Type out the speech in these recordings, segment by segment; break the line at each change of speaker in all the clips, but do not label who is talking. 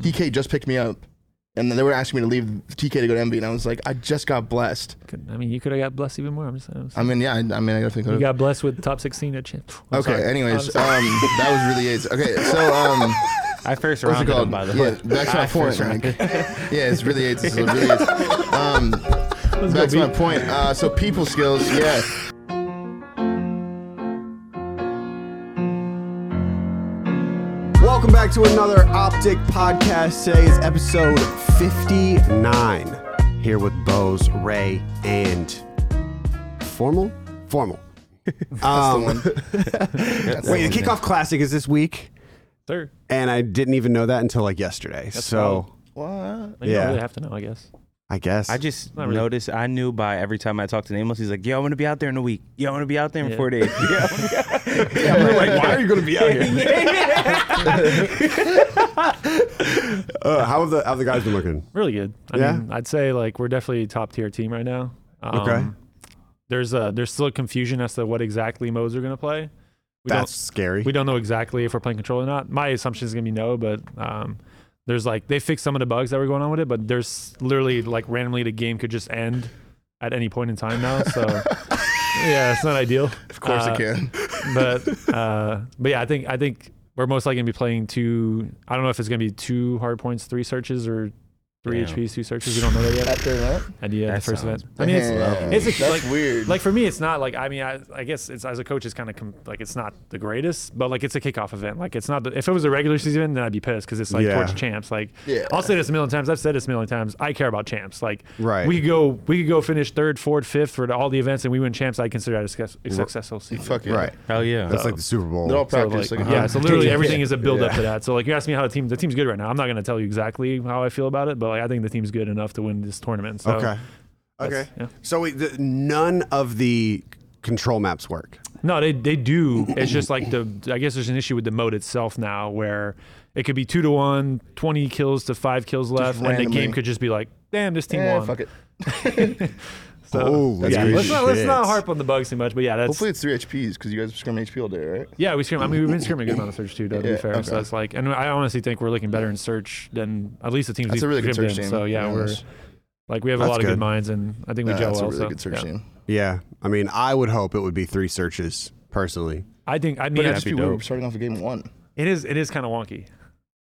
DK just picked me up, and then they were asking me to leave TK to go to MB, and I was like, I just got blessed.
Could- I mean, you could have got blessed even more. I'm just, I'm just-
I mean, yeah, I, I mean, I definitely could
you
have.
got blessed with top 16 at champ. I'm
okay.
sorry.
Anyways,
I'm
um,
sorry.
that was really AIDS. Okay, so um,
I
what's
first
it
rounded
called?
him by the
yeah,
way.
back to my
I
point.
first
Like,
rounded.
yeah, it's really AIDS. It's really AIDS. Um,
Let's go,
back to my
B.
point. Uh, so people skills, yeah.
Welcome back to another Optic podcast. Today is episode 59. Here with Bose, Ray, and formal? Formal. Um, wait, the kickoff classic is this week,
Third.
and I didn't even know that until like yesterday. so
wild.
What?
Like, You
Yeah.
don't really have to know, I guess.
I guess
I just
Not really.
noticed. I knew by every time I talked to Nameless, he's like, "Yo, I'm gonna be out there in a week. Yo, I'm gonna be out there in
Yeah.
four days." Yo, I'm gonna be out
Yeah, I'm like, why are you gonna be out here?
uh, how have the how have the guys been looking?
Really good. I
Yeah?
mean, I'd say like we're definitely a top tier team right now. Um,
Okay.
There's a there's still confusion as to what exactly modes are gonna play. We
That's
don't
scary.
we don't know exactly if we're playing control or not. My assumption is gonna be no, but um, there's like they fixed some of the bugs that were going on with it, but there's literally like randomly the game could just end at any point in time now. So yeah, it's not ideal.
Of course
Uh,
I can.
but uh, but yeah, I think I think we're most likely gonna be playing two. I don't know if it's gonna be two hard points, three searches, or three
Damn.
HPs, two searches. We don't know that yet.
After that,
And yeah, the
That
first
sounds
event. I mean,
Damn,
it's, it's a,
that's
like
weird.
Like for me, it's not like I mean, I, I guess it's as a coach, it's kind of com- like it's not the greatest, but like it's a kickoff event. Like it's not. The, if it was a regular season, event, then I'd be pissed because it's like
Yeah.
towards champs. Like
Yeah.
I'll say this a million times. I've said this a million times. I care about champs. Like
Right.
we could go, we could go finish third, fourth, fifth for all the events, and we win champs. I consider that a, success, a successful season.
Fuck it.
Right.
Hell yeah.
That's like the Super Bowl.
They're all
So,
practice.
like,
like,
yeah,
uh,
so literally
yeah.
everything is a build up
Yeah.
to that. So like you asked me how the team the team's good right now. I'm not gonna tell you exactly how I feel about it, but like I think the team's good enough to win this tournament. So
okay. Okay.
yeah.
So wait, the, none of the control maps work.
No, they they do. It's just like the I guess there's an issue with the mode itself now where it could be two to one, 20 kills to five kills left, and the
randomly.
game could just be like, damn, this team
Eh,
won.
fuck it. Oh,
So,
Holy
yeah, let's not let's not
shit.
harp on the bugs too much, but yeah, that's
Hopefully it's three HPs because you guys scrim HP all day, right?
yeah, we scrim. I mean, we've been scrimming a good amount of search too, though, to
Yeah,
be fair. So
okay.
that's like, and I honestly think we're looking better in search than at least the teams.
That's
we've
a really good
scrimmed
search
in.
team,
So yeah,
to be
we're
honest.
like we have a
That's
lot of good
good.
minds, and I think we
Nah,
gel
that's
well.
a really
so,
good search
yeah.
team.
Yeah. I mean, I would hope it would be three searches personally.
I think. I
But
mean,
it'd just be
it-
weird starting off a game one.
it is. It is kind of wonky.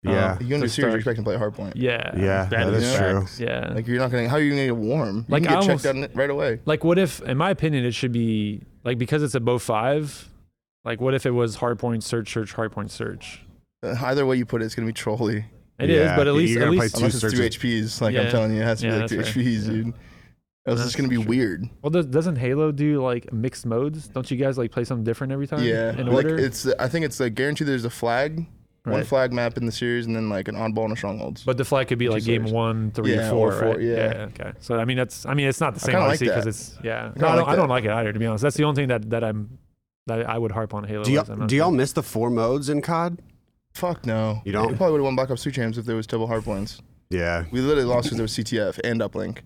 Oh,
Yeah.
You
to
under series,
start.
you're expecting to play hardpoint.
Yeah.
yeah.
that
that
is
is true.
facts.
Yeah.
Like you're not gonna. How are you gonna get warm? You
Like,
can get
I
checked
almost-
out in it right away.
Like, what if, in my opinion, it should be like because it's a bow five. Like, what if it was hardpoint search, search, hardpoint search?
Uh, Either way you put it, it's gonna be trolley.
It is,
Yeah,
but at
you're
least, at
gonna play
least,
Two
Unless it's two
searches.
HPs. Like
Yeah.
I'm telling you, it has to
Yeah,
be like two
that's right.
HPs,
Yeah.
dude. Else it's
That's
gonna be
true.
weird.
well, does, doesn't Halo do like mixed modes? Don't you guys like play something different every time?
Yeah.
In
like
order?
it's. I think it's like guaranteed. There's a flag, one
Right.
flag map in the series, and then like an oddball and a strongholds.
But the flag could be like
is
game
ours.
one, three,
Yeah,
four,
or four,
right?
yeah.
Okay. So I mean, that's I mean, it's not the same
kinda like
obviously because
that.
it's yeah.
kinda
No, I don't,
like
I don't like it either to be honest. That's the only thing that that I'm that I would harp on Halo.
Do
is I'm
y'all,
not
do y'all miss the four modes in COD?
Fuck no.
You don't?
We probably would have won Black Ops 2 champs if there was double hardpoints.
Yeah.
We literally lost because there was CTF and Uplink.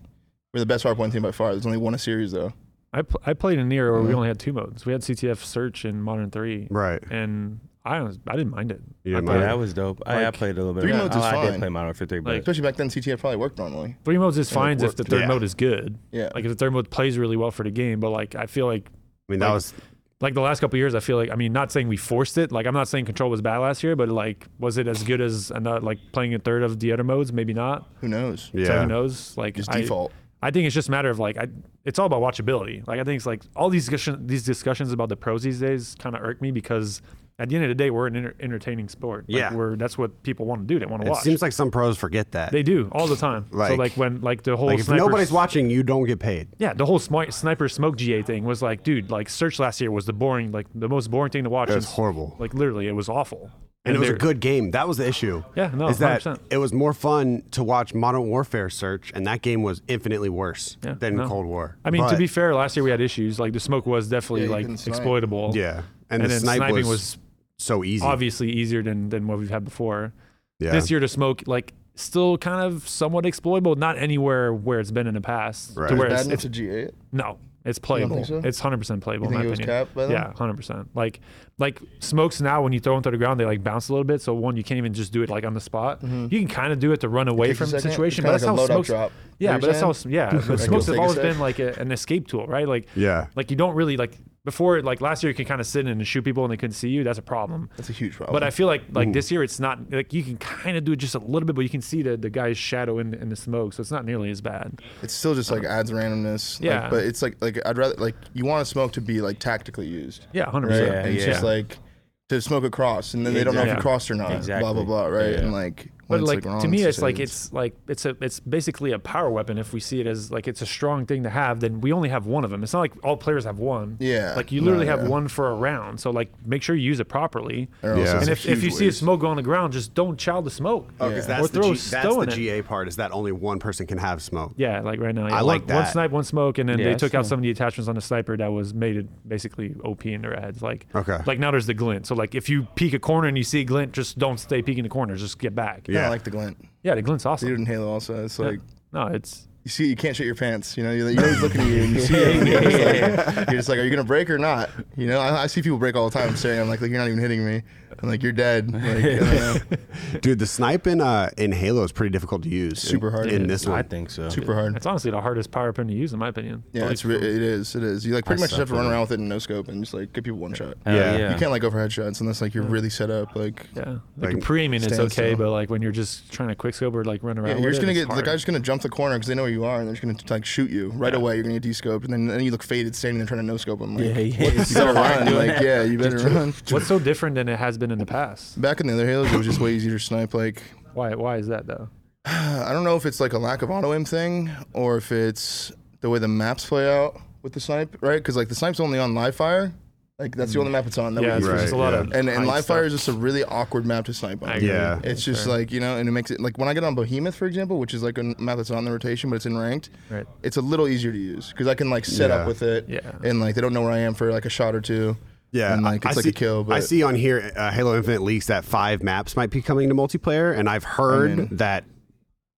We're the best hardpoint team by far. There's only one a series though.
I pl- I played in near where we
Mhm.
only had two modes. We had CTF search and modern three,
Right.
and I was, I didn't mind it.
You
I
didn't
played
mind
Yeah,
it?
that was dope. I, I
Like,
played a little bit.
three
of
modes
that.
is
oh, I did
fine.
play Modern Warfare Three, but
Like-
Especially back then, CTF probably worked normally.
Three modes is
Yeah, it
fine if the
worked.
third
Yeah.
mode is good.
Yeah.
Like if the third mode plays really well for the game, but like I feel like
I mean, that
like-
was
like the last couple years, I feel like I mean, not saying we forced it. Like I'm not saying control was bad last year, but like was it as good as another like playing a third of the other modes? Maybe not.
Who knows?
yeah.
So who knows? Like
Just
I,
default.
I think it's just a matter of like I, it's all about watchability. Like I think it's like all these discussion, these discussions about the pros these days kind of irk me because at the end of the day, we're an enter- entertaining sport. Like,
Yeah.
we're that's what people want to do. They want to
It
watch.
seems like some pros forget that.
they do all the time. so
Like-
like when like the whole
like if
sniper-
nobody's watching, you don't get paid.
yeah, the whole smi- sniper smoke GA thing was like, dude, like search last year was the boring, like the most boring thing to watch.
It was
since-
horrible.
Like literally, it was awful.
and it was a
they're-
good game. That was the issue.
Yeah, no,
is that
100%.
it was more fun to watch Modern Warfare Search, and that game was infinitely worse
Yeah,
than
no.
Cold War.
I mean, to
But-
be fair, last year we had issues. Like the smoke was definitely
Yeah, you
like
couldn't snipe.
exploitable.
yeah, and,
and,
the
then
snipe
sniping
was,
was
so easy.
obviously easier than than what we've had before.
Yeah.
This year to smoke like still kind of somewhat exploitable, not anywhere where it's been in the past.
Right.
To where
Bad
it's,
enough
it's
to GA it.
no, It's
don't
playable.
think so?
It's hundred percent playable.
You
in
think
my
it was
opinion.
capped by them?
Yeah, hundred percent. Like like smokes now when you throw them to the ground, they like bounce a little bit. So one, you can't even just do it like on the spot. You can kind of do it to run away
Mm-hmm. Takes a
from the
second.
situation, but
It's
that's
kinda
how
like a load-up
smokes.
drop.
Yeah,
What
but
you're
that's how
saying?
s- yeah. But
Like,
smokes
you'll
have
take a
always
sec.
been like a, an escape tool, right? Like
Yeah.
like you don't really like before like last year you could kind of sit in and shoot people and they couldn't see you. That's a problem.
That's a huge problem.
But I feel like like this year it's not like you can kind of do it just a little bit, but you can see the, the guy's shadow in, in the smoke, so it's not nearly as bad.
It's still just like adds randomness. like,
yeah.
but it's like like I'd rather like you want a smoke to be like tactically used.
Yeah, hundred
Right.
percent.
and it's
yeah.
just like to smoke across and then they don't know if you
Exactly.
crossed or not. Blah blah
Exactly.
blah. Right.
Yeah.
And like when
But
it's
like,
wrong,
to me, it's
just
like it's like it's a it's basically a power weapon. If we see it as like it's a strong thing to have, then we only have one of them. It's not like all players have one.
Yeah.
Like you
No,
literally have
yeah.
one for a round. So like, make sure you use it properly.
Or else
Yeah.
it's
And
a
if, if you
huge
see a
waste.
smoke go on the ground, just don't chow the smoke.
Oh, because
Yeah.
that's, the,
throw
G- that's
stone
the
in it.
GA part is that only one person can have smoke.
Yeah, like right now. Yeah.
I like
one, One
that.
snipe, one smoke, and then
Yeah,
they
that's
took out
cool.
some of the attachments on the sniper that was made it basically OP in their ads. Like,
Okay.
like now there's the glint. So like, if you peek a corner and you see a glint, just don't stay peeking the corners. Just get back.
Yeah. I
Yeah.
like the glint.
Yeah, the glint's awesome.
Dude in Halo also. It's like
No, it's
you see you can't shit your pants. You know you're, you're always looking at you. And you see it, and you're, just like, you're just like are you gonna break or not? You know I, I see people break all the time. I'm staring. I'm like like you're not even hitting me. I'm like you're dead. Like I don't know.
Dude, the snipe in uh, in Halo is pretty difficult to use.
Super hard.
in this
I
one.
think so.
super hard.
It's honestly the hardest power pin to use, in my opinion.
Yeah,
Like,
it's re- it is. It is. You like pretty much just
suck
have to
at
run
it.
around with it in no scope and just like give people one shot.
Hell
Yeah.
You can't like go for headshots unless like you're really set up. Like yeah,
yeah. Like,
Like,
pre-aiming, it's
stand
okay,
still.
but like when you're just trying to quickscope or like run around,
you're
with
just
it,
gonna
it's
get the
hard.
guy's just gonna jump the corner because they know where you are and they're just gonna like shoot you right away. You're gonna get descoped and then then you look faded standing there trying to no scope them. Like,
Yeah, yeah.
what-
It's
you
so
better
hard
run.
doing
Like
that.
yeah, you better run.
What's so different than it has been in the past?
Back in the other Halos, it was just way easier to snipe. Like
Why? Why is that though?
I don't know if it's like a lack of auto aim thing or if it's the way the maps play out with the snipe, right? Because like the snipe's only on live fire. Like that's the only map it's on. That we
Yeah, it's
use.
Right,
just a lot
yeah.
of
Oh, And and
height
live fire
stuff.
is just a really awkward map to snipe on.
I agree.
Yeah.
It's just
fair.
like you know, and it makes it like when I get on Behemoth, for example, which is like a map that's not on the rotation, but it's in ranked.
Right.
It's a little easier to use because I can like set
Yeah.
up with it,
Yeah.
and like they don't know where I am for like a shot or two.
Yeah,
and like it's like
see,
a kill. But
I see on here uh, Halo Infinite leaks that five maps might be coming to multiplayer, and I've heard
mean-
that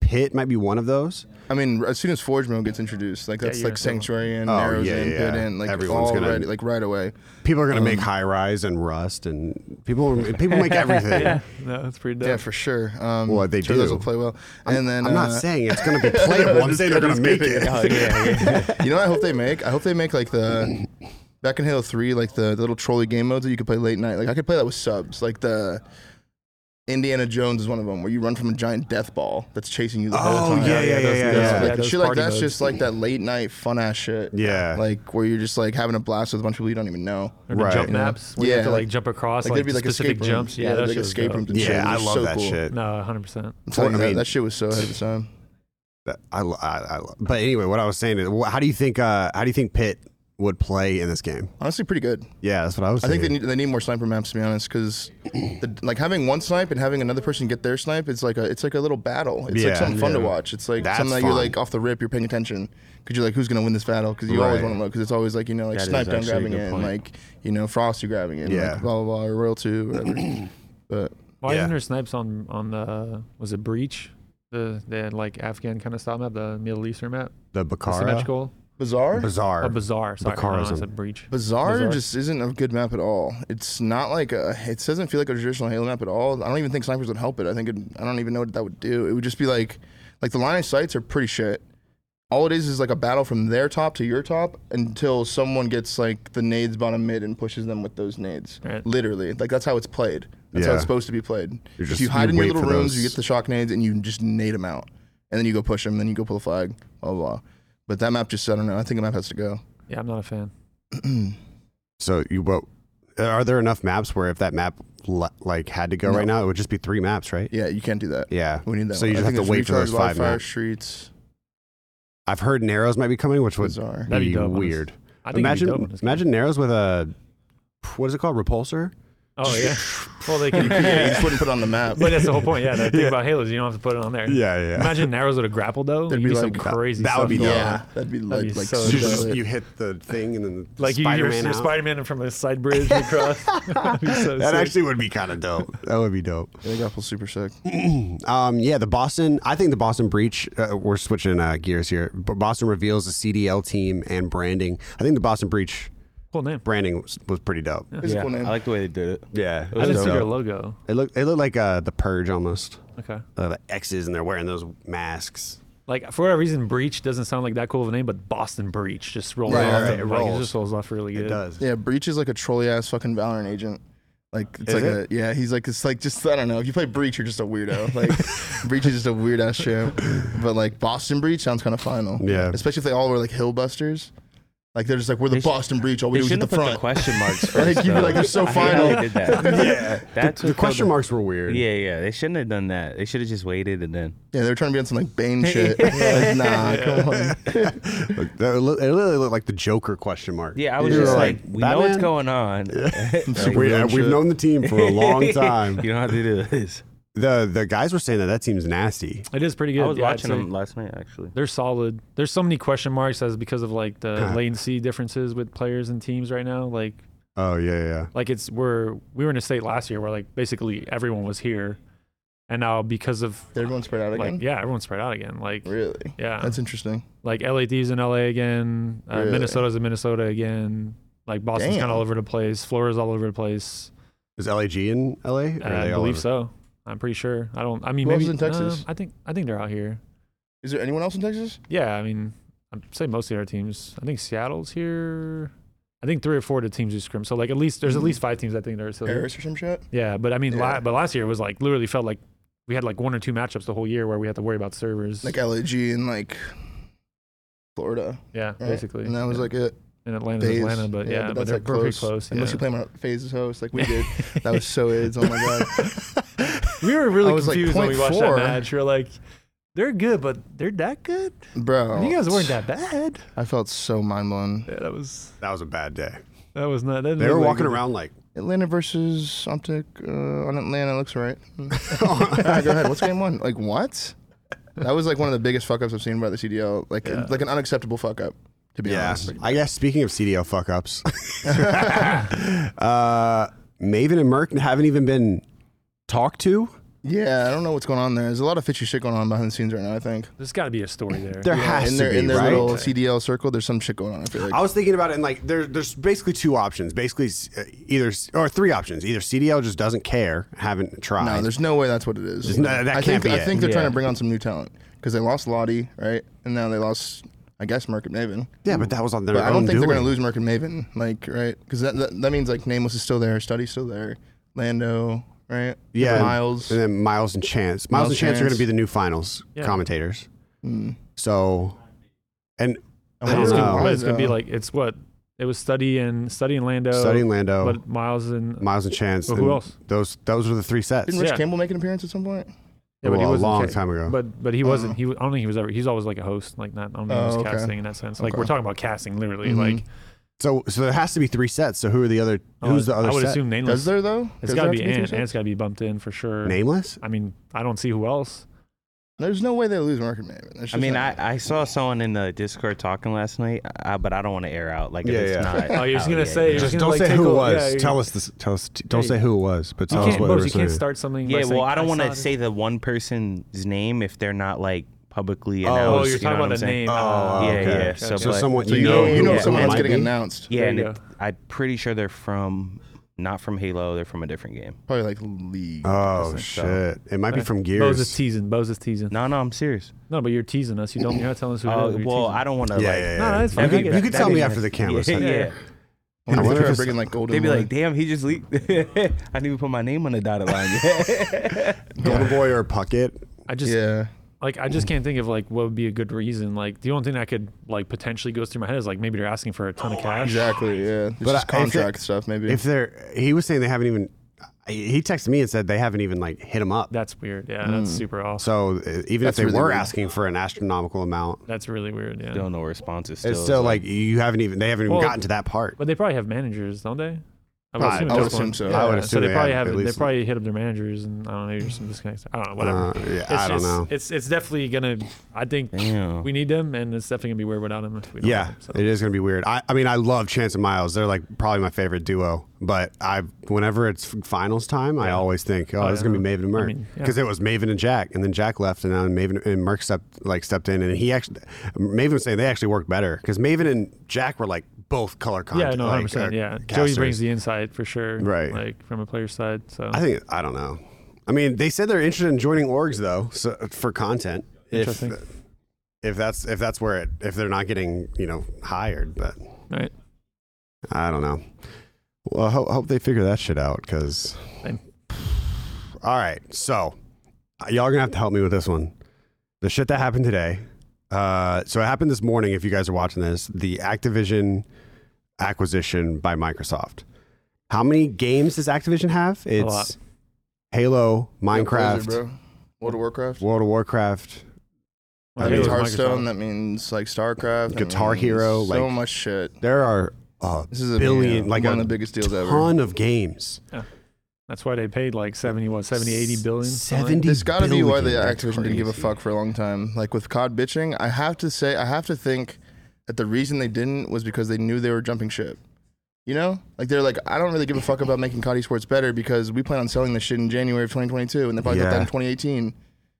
Pit might be one of those.
I mean, as soon as Forge mode gets introduced, like that's
you're
like
gonna-
Sanctuary in,
Oh,
Narrows
yeah,
in,
yeah,
Pit
yeah.
in, like
Everyone's
all
gonna-
right, like right away.
People are going to
Um.
make High Rise and Rust, and people people make everything.
No, that's pretty dope.
Yeah, for sure. Um,
Well, they
sure Those
do.
will play well. and then
I'm not
uh,
saying it's going to be playable. I'm saying they're going to make it.
Oh, yeah, yeah. you know what I hope they make? I hope they make like the back in Halo 3, like the, the little trolley game modes that you could play late night. Like I could play that with subs. Like the Indiana Jones is one of them where you run from a giant death ball that's chasing you the whole
Oh,
time.
yeah, yeah, yeah,
those-
yeah,
those-
yeah.
Like,
those
shit like
party
that's
modes.
just like that late night fun ass shit.
Yeah.
Like where you're just like having a blast with a bunch of people you don't even know.
Or the
Right.
jump
Yeah.
maps where you have
Yeah,
to like,
like-
jump across like,
there'd be like
specific
escape rooms.
jumps. Yeah,
there'd be,
that
like
shit was
escape
dope.
rooms and shit.
yeah,
It
I
was
love
so
that
cool.
shit.
No, 100. percent
I'm telling you,
I
that-
mean-
that shit was so ahead of its time.
That- I, lo- I, I lo- but anyway, what I was saying is, wh- how do you think? Uh, how do you think Pit would play in this game?
Honestly, pretty good.
Yeah, that's what I was.
I
Thinking.
think they need they need more sniper maps to be honest, because like having one snipe and having another person get their snipe, it's like a it's like a little battle. It's
Yeah.
like something fun to
Yeah.
watch. It's like
That's
something that you're
fun.
like off the rip, you're paying attention because you're like, who's gonna win this battle? Because you always
Right.
want to know because it's always like you know like
That is
snipe down
actually a
grabbing
good
it, and
point.
like you know frosty grabbing it, and
Yeah.
like, blah blah blah, or royal two, whatever. but
Why
Yeah.
isn't there snipes on on the was it breach the the like Afghan kind of style map the Middle Eastern map
the
the
Bakara
symmetrical
bizarre.
Bazaar.
a bizarre sorry
Bakara
no,
is
I
a-
said breach
Bizarre,
Bizarre.
just isn't a good map at all. It's not like a. It doesn't feel like a traditional Halo map at all. I don't even think snipers would help it. I think it, I don't even know what that would do. It would just be like, like the line of sights are pretty shit. All it is is like a battle from their top to your top until someone gets like the nades bottom mid and pushes them with those nades.
Right.
Literally, like that's how it's played. That's how
Yeah.
it's supposed to be played.
You're
if
just-
you hide
you
in your
wait
little
for
rooms, you
those.
get the shock nades and you just nade them out, and then you go push them, then you go pull the flag, blah blah. blah. But that map just I don't know. I think the map has to go.
yeah I'm not a fan
So you but uh, are there enough maps where if that map le- like had to go
No.
right now, it would just be three maps, right?
Yeah, you can't do that.
Yeah.
We need that.
So you
one.
just
I
have
think
to wait
it's
for those
Recharge,
five
Wildfire,
maps.
Streets.
I've heard Narrows might be coming, which would
Bizarre.
That'd be
be
dope, honest-
weird.
I think it'd be dope on
Imagine
this game.
imagine Narrows with a what is it called repulsor
Oh yeah. Well, they can.
yeah, you
yeah.
just wouldn't put it on the map.
But that's the whole point. Yeah, the thing about Halos, you don't have to put it on there.
Yeah, yeah.
Imagine Narrows with a grapple though.
That'd
There'd be,
be
some
like-
crazy.
that would
stuff
be
going on.
dope.
yeah, that'd be like,
be
like
so
so
You,
dope.
just,
lit.
you hit the thing and then
Like you, you're,
Spider-Man
you're
out.
Spider-Man from a side bridge across. That'd be so
That
sick.
actually would be kind of dope. That would be dope.
Yeah, that was super sick.
Um, yeah, the Boston. I think the Boston Breach. Uh, we're switching uh, gears here. But Boston reveals the CDL team and branding. I think the Boston Breach
cool name.
branding was, was pretty dope. Yeah,
It's a
Yeah,
cool name.
I like the way they did it.
it,
I
was
didn't see your
dope.
logo.
it looked it looked like uh, the Purge almost.
Okay.
Uh, the X's and they're wearing those masks.
Like for whatever reason, Breach doesn't sound like that cool of a name, but Boston Breach just rolls
Right,
off.
right,
and,
it
like,
rolls.
just rolls off really good.
It does.
Yeah, Breach is like a trolley ass fucking Valorant agent. Like it's
Is
like
it?
a yeah, he's like it's like just I don't know. If you play Breach, you're just a weirdo. Like Breach is just a weird ass show. But like Boston Breach sounds kind of final.
Yeah.
especially if they all were like Hillbusters. Like they're just like we're the
They should-
Boston Breach. All we
They
do is hit
shouldn't
the
have put the
front.
question marks
Like,
first.
you'd be
though.
like, they're so
I hate how
final.
They did that.
Yeah,
That's
the
what
question
killed
marks were weird.
it. Yeah, yeah. They shouldn't have done that. They should have just waited and then.
Yeah, they're trying to be on some like Bane shit. Like, nah, come on.
Look, that lo- it literally looked like the Joker question mark.
Yeah, I was
You
just
were
like, we know what's
Batman?
going on.
Super
We,
villain
uh, we've
shit.
known the team for a long
you
time.
don't have to do this.
the the guys were saying that that seems nasty.
It is pretty good.
I was
yeah, I'd
watching
say.
them last night actually.
They're solid. There's so many question marks as because of like the
Huh.
latency differences with players and teams right now. Like
Oh yeah, yeah.
like it's we're we were in a state last year where like basically everyone was here, and now because of
Everyone spread out again.
like yeah everyone's spread out again. Like
Really?
yeah,
That's interesting.
like LA Thieves in LA again, uh,
Really?
Minnesota's in Minnesota again. Like Boston's
Damn.
kind of all over the place. Florida's all over the place.
Is LAG in LA? Or are
Uh,
they
I
all
believe
over-
so. I'm pretty sure. I don't. I mean,
Who else
maybe
is in
no,
Texas?
I think I think they're out here.
Is there anyone else in Texas?
Yeah, I mean, I'd say most of our teams. I think Seattle's here. I think three or four of the teams who scrim. So like at least there's at least five teams I think that are still here.
Mm-hmm. Paris or some shit?
Yeah, but I mean,
Yeah.
La- but last year was like literally felt like we had like one or two matchups the whole year where we had to worry about servers.
Like LAG and like Florida.
yeah,
right?
basically.
And that was
yeah.
like it.
in Atlanta's
phase.
Atlanta, but yeah, but,
that's,
they're,
like,
we're pretty close.
Unless
yeah.
you play them at Phase's host, like we did. That was so AIDS. Oh my god.
We were really
I was, like,
confused when we watched that
0.4.
match. We were like, they're good, but they're that good?
Bro.
You guys weren't that bad.
I felt so mind blown.
Oh. Yeah, that was
That was a bad day.
that was not. That
They were walking around like
Atlanta versus Optic uh, on Atlanta looks right. Alright, go ahead. What's game one? Like what? That was like one of the biggest fuck ups I've seen by the CDL. Like
Yeah.
like an unacceptable fuck up, to be
Yeah.
honest.
I guess speaking of CDL fuck ups, uh, Maven and Merck haven't even been talked to.
Yeah, I don't know what's going on there. There's a lot of fishy shit going on behind the scenes right now, I think.
There's got to be a story there.
There
Yeah, in
has to
their
be,
in their
right?
little CDL circle, there's some shit going on, I feel like.
I was thinking about it, and like there, there's basically two options. Basically, s- uh, either or three options. Either CDL just doesn't care, haven't tried.
No, there's no way that's what it is.
There's no- that
I
can't
think,
be
I
it.
think they're trying
Yeah.
to bring on some new talent because they lost Lottie, right? And now they lost, I guess, Merc and Maven.
yeah, but that was on their
But
own
I don't think they're going
doing.
to lose Merc and Maven, like, right? Because that, that, that means, like, Nameless is still there, Study's still there, Lando, right?
Yeah, and-
Miles.
and then Miles and Chance. Miles,
Miles
and Chance, are going to
Chance.
be the new finals
Yeah.
commentators.
Mm.
So, and
I
I
But
wonder
it's,
if
don't
gonna,
know.
but it's gonna be
uh,
like it's what it was study and study and Lando,
studying Lando,
but Miles and
Miles and Chance.
But who
and
else?
Those those were the three sets.
uh, Didn't Rich
yeah.
Campbell make an appearance at some point?
yeah, but he
Well, a
wasn't
long
ca-
time ago. Uh-huh.
But but he wasn't. He wa- I don't think he was ever. He's always like a host, like not. I don't think he was
Oh, okay.
casting in that sense. Like
Okay.
we're talking about casting, literally.
Mm-hmm.
Mhm.
Like
so so there has to be three sets. So who are the other?
I
Who's
would-
the other?
Oh, uh, I would
set?
assume nameless.
Does there, though?
it's
Does
got to
there
be
have
Ant.
some
Ant's got to be bumped in for sure.
nameless.
I mean, I don't see who else.
There's no way they lose Merc and Maven. That's
I
just
mean,
not-
I, I saw someone in the Discord talking last night, uh, but I don't want to air out. Like, if
Yeah,
it's
yeah.
not.
Oh, you're just
out
gonna
yet,
say-
you know?
Just You're gonna, don't like, say who it tickle- was. yeah, you're- Tell
us this. Tell us.
don't say
who it was, but
You can't, Bose, you can't start something. by
Yeah, well,
saying,
I don't want
saw
to
this."
say the one person's name if they're not like publicly
Oh,
announced.
Oh,
you
you're
know
talking
what
about
I'm
a
saying?
name.
Oh,
Ah,
Yeah,
okay.
yeah.
gotcha.
So,
So
but-
someone-
so
you
you
know
know, you know
who it
someone's
might
getting
be?
announced.
Yeah,
There
and
you
it, I'm pretty sure they're from not from Halo. They're from a different game.
Probably like League.
Oh
So-
shit! It might be
Okay.
from
Bose is
Gears.
teasing. Bose is teasing. No.
No, no, I'm serious.
but you're teasing us. You don't. You're not telling us who. it
Uh,
is, you're
well,
teasing.
I don't want to.
Yeah,
like,
No,
yeah,
no,
yeah.
it's fine.
That'd
I
be
get
You
it.
could
that'd
tell
be
me
nice.
after the camera.
Yeah,
set.
Yeah,
yeah.
yeah.
I
I wonder
wonder
if
if
it's-
they're bringing like Golden
They'd be
Boy.
like, "Damn, he just leaked. I didn't even put my name on the dotted line."
Golden Boy or Puckett.
I just
yeah.
like I just can't think of like what would be a good reason. Like the only thing that could like potentially goes through my head is like maybe they're asking for a ton of cash.
Exactly. Yeah. It's just
But I- if it-
contract stuff, maybe.
If they're, he was saying they haven't even. He texted me and said they haven't even like hit him up.
That's weird. Yeah, that's super off.
Mm. So uh, even if
That's
they
really
were
weird.
asking for an astronomical amount,
That's really weird. Yeah.
Still no responses. Still,
it's still like you haven't even. They haven't even
Well,
gotten to that part.
But they probably have managers, don't they? I would
Probably.
assume,
I would
just one.
assume so.
I would
Yeah,
assume
they
they
probably
had
have.
at
They
least-
probably hit up their managers, and I don't know. There's some disconnects. I don't know. Whatever.
Uh, yeah,
it's
I don't
just-
know.
It's it's definitely gonna. I think
Damn.
we need them, and it's definitely gonna be weird without them. If we don't
Yeah,
have them, so.
it is gonna be weird. I, I mean, I love Chance and Miles. They're like probably my favorite duo. But I, whenever it's finals time, I always think, oh,
Oh,
this is
yeah.
gonna be Maven and
I
Merck
mean, yeah.
because it was Maven and Jack, and then Jack left, and now Maven and Merck stepped like stepped in, and he actually Maven was saying they actually worked better because Maven and Jack were like both color
Yeah,
content.
no,
like,
hundred percent.
uh,
Yeah, Joey
casters.
brings the insight for sure.
Right.
like from a player's side. So
I think I don't know. I mean, they said they're interested in joining orgs though, so, for content. If,
Interesting.
if that's if that's where it if they're not getting you know hired, but.
All right.
I don't know. Well, I hope, hope they figure that shit out because.
Same.
All right, so uh, y'all are gonna have to help me with this one. The shit that happened today. Uh, so it happened this morning. If you guys are watching this, the Activision acquisition by Microsoft. How many games does Activision have? It's
lot.
Halo,
Yeah,
Minecraft,
Blizzard, bro. World of Warcraft.
World of Warcraft.
That
I mean,
means
it's
Hearthstone.
Microsoft.
That means like StarCraft. that
Guitar
means So
Hero, like-
much shit.
There are a
This is a
billion,
yeah,
like
one
a
of the biggest deals ever.
ton of games.
That's why they paid like 70, what, 70, 80 billion? something like
Seventy.
There's got to be why the
billion. That's
Activision didn't give a
crazy.
fuck for a long time. Like with COD bitching, I have to say, I have to think that the reason they didn't was because they knew they were jumping ship. You know, like they're like, I don't really give a fuck about making COD esports better because we plan on selling this shit in January of 2022, and they probably thought
Yeah.
that in 2018.
that.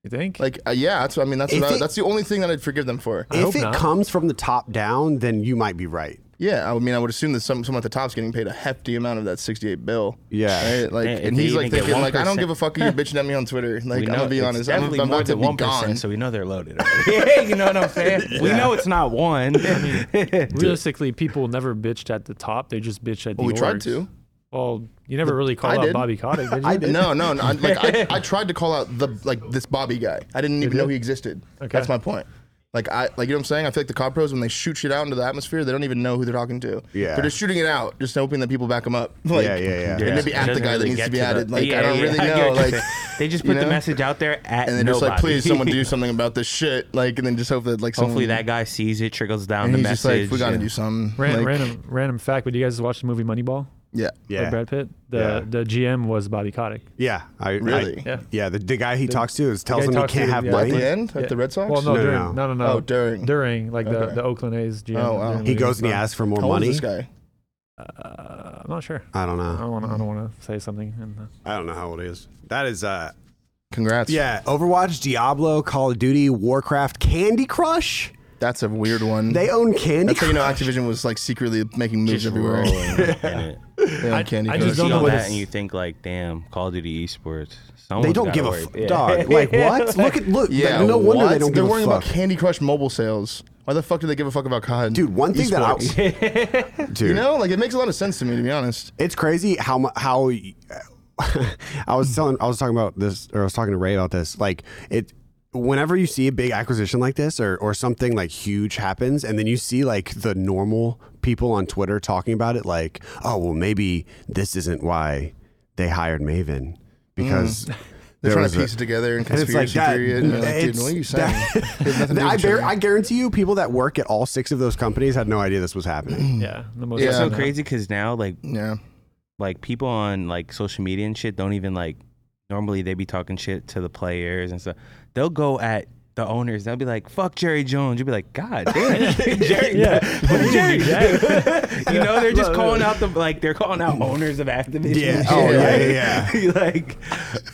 You think?
Like, uh, yeah, that's what I mean. That's
If
what I,
it-
that's the only thing that I'd forgive them for.
I
if
hope
it
not.
comes from the top down, then you might be right.
Yeah, I mean, I would assume that some someone at the top's getting paid a hefty amount of that 68 bill.
Yeah.
Right? Like,
Yeah, if
and
they
he's
even
like
get
thinking, like, I don't
1%.
give a fuck if you're bitching at me on Twitter. Like,
We
I'm
know
gonna be
it's
honest. I'm,
Definitely
I'm
more
about to
than
be
one
gone.
percent, so we know they're loaded. already. you know what I'm saying? We know it's not one. I mean,
Realistically, people never bitched at the top. They just bitched at
Well,
the
we tried
orgs.
to.
Well, you never really
I
called out
did.
Bobby Kotick, did you?
I did.
No, no, no I, like I, I tried to call out the like this Bobby guy. I didn't even know
did?
he existed.
Okay.
That's my point. Like I like you know what I'm saying. I feel like the cop pros when they shoot shit out into the atmosphere, they don't even know who they're talking to.
Yeah.
they're just shooting it out, just hoping that people back them up. Like,
Yeah, yeah, yeah.
And maybe
it
at the
doesn't
guy that
really
needs to
get
be
the-
added. Like
Yeah,
I don't
yeah,
really
I get
know.
what you're
Like
saying. they just
you
put the
know?
message out there at
and they're just like,
nobody.
please, someone do something about this shit. Like and then just hope that like someone,
Hopefully that guy sees it, trickles down
and
the
he's just
message.
like, we gotta
and-
do something.
Ran-
like,
random, random fact, but you guys watched the movie Moneyball?
Yeah.
by Brad Pitt? The,
Yeah.
the GM was Bobby Kotick.
Yeah. I,
Really?
I-
Yeah.
yeah. The, the guy he talks to is tells
guy
him he
talks to
can't
you,
have
yeah.
At
money.
the end, at the Red Sox.
Well, no,
No, no,
during,
no.
no, no, no,
Oh, during.
during, like
Okay.
the, the Oakland A's GM.
Oh, wow.
during
He
the
goes
game.
and he asks for more
How old
money.
is this guy?
Uh, I'm not sure.
I don't
I
know.
don't want to. I don't want to say something. And, uh,
I don't know how old he is. That is uh
Congrats.
yeah. Overwatch, Diablo, Call of Duty, Warcraft, Candy Crush.
That's a weird one.
They own Candy.
That's how
Crush.
you know Activision was like secretly making moves
Just
everywhere.
rolling in it.
They own Candy
I
Crush.
just don't
You see
know
all
what
that
it's-
and you think like, damn, Call of Duty esports.
They
someone's
don't
gotta
give a
worry.
f-
Yeah.
dog. Like what? Look at look.
Yeah,
like, no wonder
what?
they don't
They're
give
worrying
a fuck.
about Candy Crush mobile sales. Why the fuck do they give a fuck about COD?
Dude, one thing
Esports?
that I dude,
you know, like it makes a lot of sense to me to be honest.
it's crazy how mu- how I was telling I was talking about this or I was talking to Ray about this. Like it whenever you see a big acquisition like this or or something like huge happens and then you see like the normal people on Twitter talking about it like, "Oh, well maybe this isn't why they hired Maven because
Mm. They're trying
there was
to
a-
piece it together and
and it's
conspiracy
like that.
theory. And you're like, dude,
it's-
what are you saying?
that-
It has nothing to do
I,
with
bear,
you.
I guarantee you, people that work at all six of those companies had no idea this was happening.
yeah, the most
Yeah.
It's so
Yeah.
crazy because now like
yeah,
like people on like social media and shit don't even like normally they be talking shit to the players and stuff. They'll go at the owners. They'll be like, "Fuck Jerry Jones." You'll be like, "God damn, Jerry."
Yeah.
What did Jerry do? You know, they're just
No, no.
calling out the like they're calling out owners of Activision.
Yeah.
and
Oh,
shit,
yeah,
like, like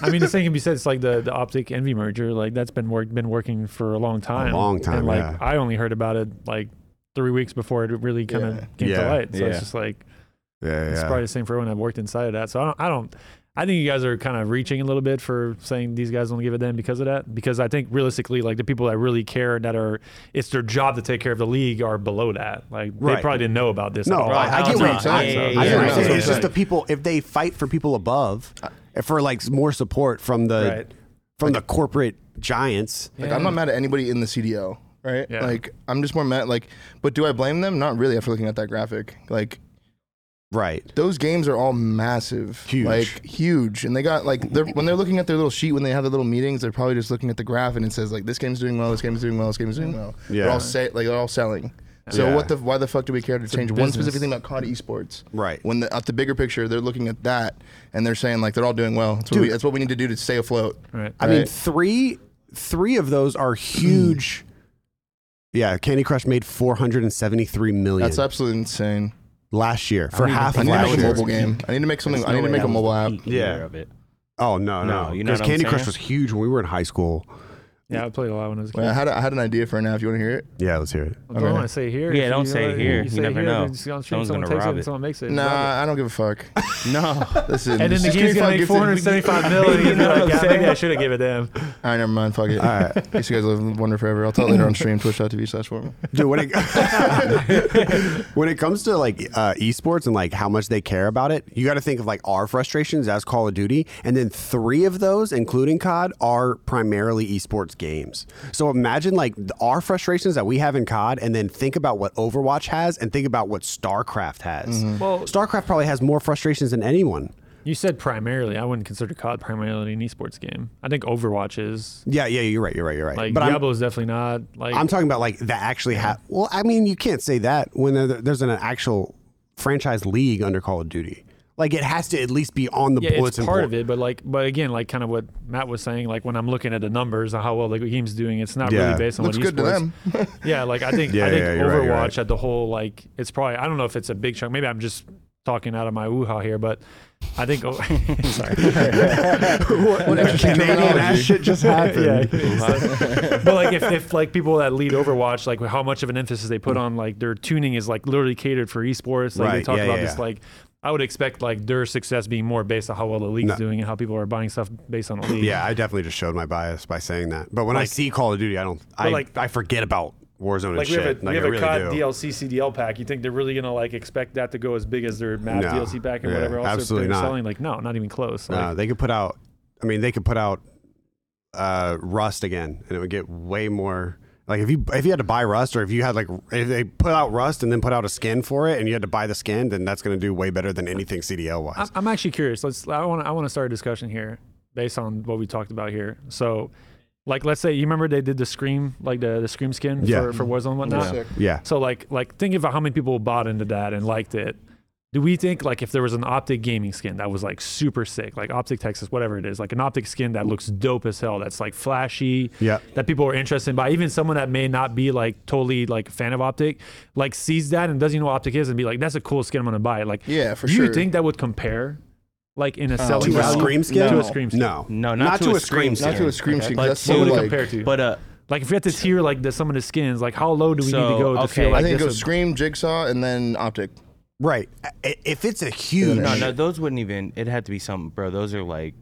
I mean, the same can be said. It's like the the optic envy merger. Like that's been work been working for a long time.
long time,
And like
yeah.
I only heard about it like three weeks before it really kind of
Yeah.
came
Yeah.
to light. So
Yeah.
it's just like
Yeah,
it's
yeah.
probably the same for everyone that worked inside of that. So I don't. I don't I think you guys are kind of reaching a little bit for saying these guys don't give a damn because of that. Because I think realistically, like the people that really care and that are, it's their job to take care of the league are below that. Like
Right.
they probably didn't know about this.
No,
at all.
I, I get
No,
what
no,
you're saying.
yeah, yeah,
I
yeah,
get what
yeah.
you're saying.
No,
It's
no,
just the people if they fight for people above, for like more support from the
Right.
from the corporate giants.
like I'm not mad at anybody in the CDO, right?
Yeah.
Like I'm just more mad. Like, but do I blame them? Not really. After looking at that graphic, like
Right.
those games are all massive,
Huge.
like huge, and they got like they're when they're looking at their little sheet when they have their little meetings, they're probably just looking at the graph and it says like this game's doing well, this game's doing well, this game's doing well.
Yeah.
they're all say like they're all selling. So
Yeah.
what the why the fuck do we care to
a
change one
business.
specific thing that caught esports?
Right.
When the, at the bigger picture, they're looking at that and they're saying like they're all doing well. That's, what we, that's what we need to do to stay afloat.
Right.
I mean,
Right.
three three of those are huge. yeah, Candy Crush made four hundred and seventy three million
That's absolutely insane.
last year for
don't even
half
I
of
need to
last
make a
year.
mobile game. I need to make something. I need to make a mobile app.
Yeah.
Of it.
Oh no,
No,
no,
you know
because
what I'm
Candy Crush
saying?
was huge when we were in high school.
Yeah, I played a lot when I was a kid.
Wait, I had a, I had an idea for it now. If you want to hear it,
Yeah, let's hear it.
I don't
Okay.
want to say it here.
Yeah,
If
don't
you-
say it
if
here. You
say it
never
here,
know.
then it's on stream,
Someone's
someone
gonna
takes
rob
it.
it.
Someone makes it. Rob it.
nah, I don't give a fuck.
No.
Listen,
And then the
just
game's
give me
gonna
five
make
gifted-
475 million. You're
know
like,
what I'm
yeah, maybe I
saying?
should have given them.
All right, never mind. Fuck it.
All right.
I guess you guys live and wonder forever. I'll tell it later on stream, twitch.tv slash form.
Dude, when it when it comes to like uh, esports and like how much they care about it, you got to think of like our frustrations as Call of Duty, and then three of those, including COD, are primarily esports games. So imagine like th- our frustrations that we have in COD, and then think about what Overwatch has, and think about what StarCraft has.
Well-
StarCraft probably has more frustrations than anyone.
You said primarily. I wouldn't consider COD primarily an esports game. I think Overwatch is.
Yeah, yeah, you're right, you're right, you're right.
Like
but I'm,
Diablo's definitely not. Like
I'm talking about like that actually have. Well, I mean, you can't say that when there, there's an actual franchise league under Call of Duty. Like it has to at least be on the
yeah, it's
bulletin
part
board.
of it, but like, but again, like kind of what Matt was saying, like when I'm looking at the numbers and how well the game's doing, it's not
Yeah.
really based on
Looks
what
good to
esports-
them.
Yeah, like I think
Yeah,
I think
yeah,
Overwatch
you're right, you're right.
at the whole like it's probably I don't know if it's a big chunk. Maybe I'm just talking out of my woo-ha here, but I think oh, sorry.
what interesting
Canadian ass
terminology.
shit just happened.
yeah. so- but like if, if like people that lead Overwatch, like how much of an emphasis they put on like their tuning is like literally catered for esports. Like they
Mm. Right,
talk
yeah,
about
yeah,
this
yeah.
like I would expect like their success being more based on how well the league's
No.
doing and how people are buying stuff based on the league.
Yeah, I definitely just showed my bias by saying that. But when I see Call of Duty, I don't. I
like-
I forget about Warzone and
Like we
shit.
have a,
like
we have
I
a
really
COD
do.
DLC CDL pack. You think they're really gonna like expect that to go as big as their map
No.
DLC pack and
Yeah,
whatever else that
absolutely
they're
not.
selling? Like no, not even close. Like,
Nah, they could put out. I mean, they could put out uh, Rust again, and it would get way more. Like if you if you had to buy Rust, or if you had like if they put out Rust and then put out a skin for it, and you had to buy the skin, then that's going to do way better than anything
Uh,
CDL
I'm,
wise.
I'm actually curious. Let's. I want. I want to start a discussion here based on what we talked about here. So, like, let's say you remember they did the scream, like the the scream skin
Yeah.
for for Warzone and whatnot.
Sick.
Yeah,
So like like think about how many people bought into that and liked it. Do we think like if there was an optic gaming skin that was like super sick, like optic Texas, whatever it is, like an optic skin that looks dope as hell, that's like flashy,
Yeah.
that people are interested by, even someone that may not be like totally like a fan of optic, like sees that and doesn't even know what optic is and be like, that's a cool skin, I'm gonna buy it. Like,
Yeah, for
do You
sure.
think that would compare, like in a selling
To
Uh, to a
value?
scream skin,
to
No.
a scream skin?
no,
No, not to a scream
Not to
Yeah.
a scream
Okay.
okay.
But
That's
so
so
What would it
like.
compare to?
But uh,
like if you had to tier like the, some of the skins, like how low do we need
So,
to go to feel
okay.
I
like
think it
this
goes
would-
Scream, Jigsaw, and then Optic.
right? I- If it's a huge,
No,
no, no, those wouldn't even. It had to be something, bro. Those are like.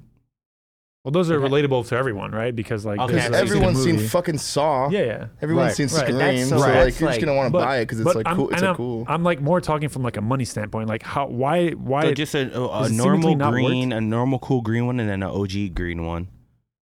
Well, those are relatable to everyone, right? Because like
Okay,
this
I've
is
seen
like-
Everyone's
a
seen
movie.
fucking Saw.
Yeah, yeah.
Everyone's
Right,
seen
right.
Scream.
That's
so
so-
like,
that's
you're just
like-
gonna want to
But-
buy it because it's
but
like
I'm-
cool. It's
and
a
I'm,
cool.
I'm like more talking from like a money standpoint. Like how? Why? Why?
So just a, a, a
does it
normal
seemingly not
green, a normal cool green one, and then an OG green one.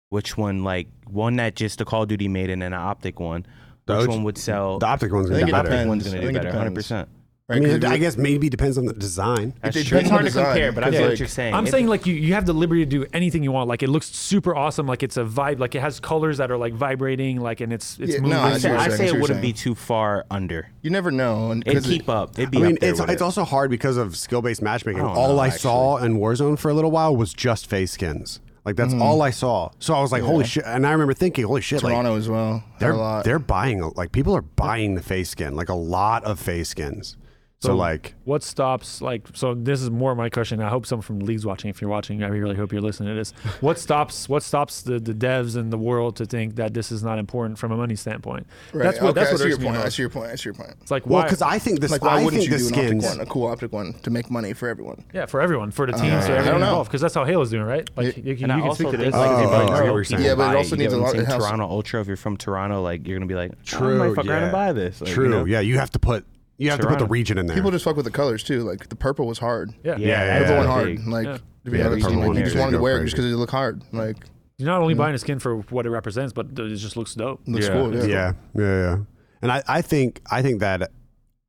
Which one, like one that just the Call of Duty made, and then an optic one.
The
Which
OG
one would sell?
the optic one's
I
gonna
think
be
it
better.
depends.
one's gonna
I
do
think it
better, hundred
depends.
percent.
I
Right? 'Cause
mean,
if
I
you're-
guess maybe depends on the design.
It
That's
depends
true. It's
on
hard
the
to compare,
design,
but I
'cause,
get what
like,
you're saying.
I'm
If-
saying like you, you have the liberty to do anything you want. Like it looks super awesome. Like it's a vibe. Like it has colors that are like vibrating. Like and it's it's
Yeah, no,
moving.
I
I
see
say,
what
I
you're
say
saying, I see
it
what
wouldn't
you're
be too far under.
you never know. And
It'd
'cause it-
keep up. It'd be.
I mean,
up there
it's
with
it's
it. Oh,
also hard because of skill based matchmaking.
I don't
All
know,
I saw in Warzone for a little while was just face skins. Like that's
Hmm.
all I saw. So I was like, holy shit! And I remember thinking, holy shit! Like
Toronto as well. They're a
they're
lot.
they're buying like people are buying the face skin, like a lot of face skins. So, like
what stops like so this is more my question i hope someone from the league's watching if you're watching i really hope you're listening to this what stops what stops the, the devs and the world to think that this is not important from a money standpoint
Right.
that's what
okay,
that's
I
what
see your
irks me
point. I
most.
see your point. I see your point.
it's like
well,
why
because I think this,
Like, why
I
wouldn't
think
you
the
do an optic
skins.
one, a cool optic one, to make money for everyone?
yeah for everyone for the teams
Uh, I
for everyone
don't know.
involved because that's how halo's doing right like you, can- you
And I
can
also
speak to
think
this
like, if
Oh,
you
I
like
get what
real
you're saying.
people
Yeah, but it
buy
also
you
needs
get
a
what
lot-
I'm saying?
it has-
Toronto Ultra. If you're from Toronto, like you're gonna be like,
True,
I'm gonna
yeah.
buy this. Like, you
True.
know?
Yeah, you have to put you have to put
Toronto.
the region in there.
People just fuck with the colors too. Like the purple was hard.
yeah.
Yeah, yeah,
Purple
yeah.
went hard.
Big.
Like
Yeah.
to be
Yeah, the
honest,
purple
like,
one
you
is
just wanted to
go
wear it just
crazy.
because it looked hard. Like
you're not only buying a skin for what it represents but it just looks dope
looks
Yeah.
cool. Yeah.
yeah, yeah, yeah. And I, I think I think that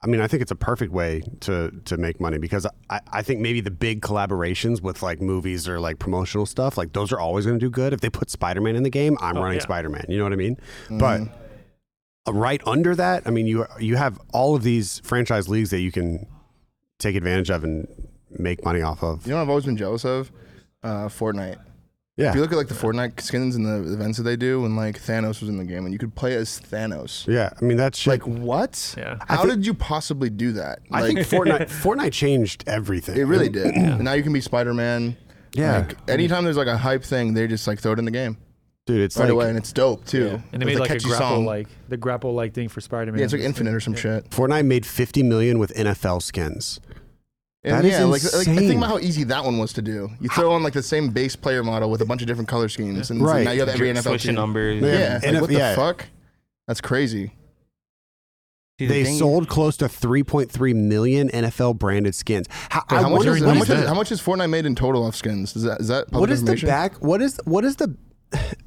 I mean I think it's a perfect way to to make money because I, I think maybe the big collaborations with like movies or like promotional stuff, like
Oh,
those are always gonna do good. If they put Spider Man in the game, I'm running
yeah.
Mm-hmm.
Spider Man. You know what I mean? But uh, right under that, I mean, you you have all of these franchise leagues that you can take advantage of and make money off of.
You know, what I've always been jealous of uh, Fortnite.
Yeah,
If you look at like the Fortnite skins and the events that they do, when like Thanos was in the game, and you could play as Thanos.
yeah. I mean, that's
Like what?
Yeah.
How did you possibly do that?
I
like,
think Fortnite Fortnite changed everything.
it really did. And now you can be Spider Man.
Yeah.
Like, anytime there's like a hype thing, they just like throw it in the game
dude. It's
right
like
away, and it's dope too.
And they
With
made like a
catchy
grapple like the grapple like thing for Spider Man.
yeah, it's like Infinite or some shit.
Fortnite made 50 million with NFL skins. That
And
is
yeah, like, like I
insane.
think about how easy that one was to do. You throw on like the same base player model with a bunch of different color schemes, and it's like,
Right.
now you have every NFL
Switching
team.
numbers.
Yeah,
Yeah.
like,
NF
what the
yeah.
fuck? That's crazy.
See, the
They
thing-
sold close to 3.3 million NFL branded skins. How,
Wait, how,
I
much
wonder
is,
what
how,
is
much is,
the-
how much is Fortnite made in total off skins? Is that is that public
what is the
information?
back? What is what is the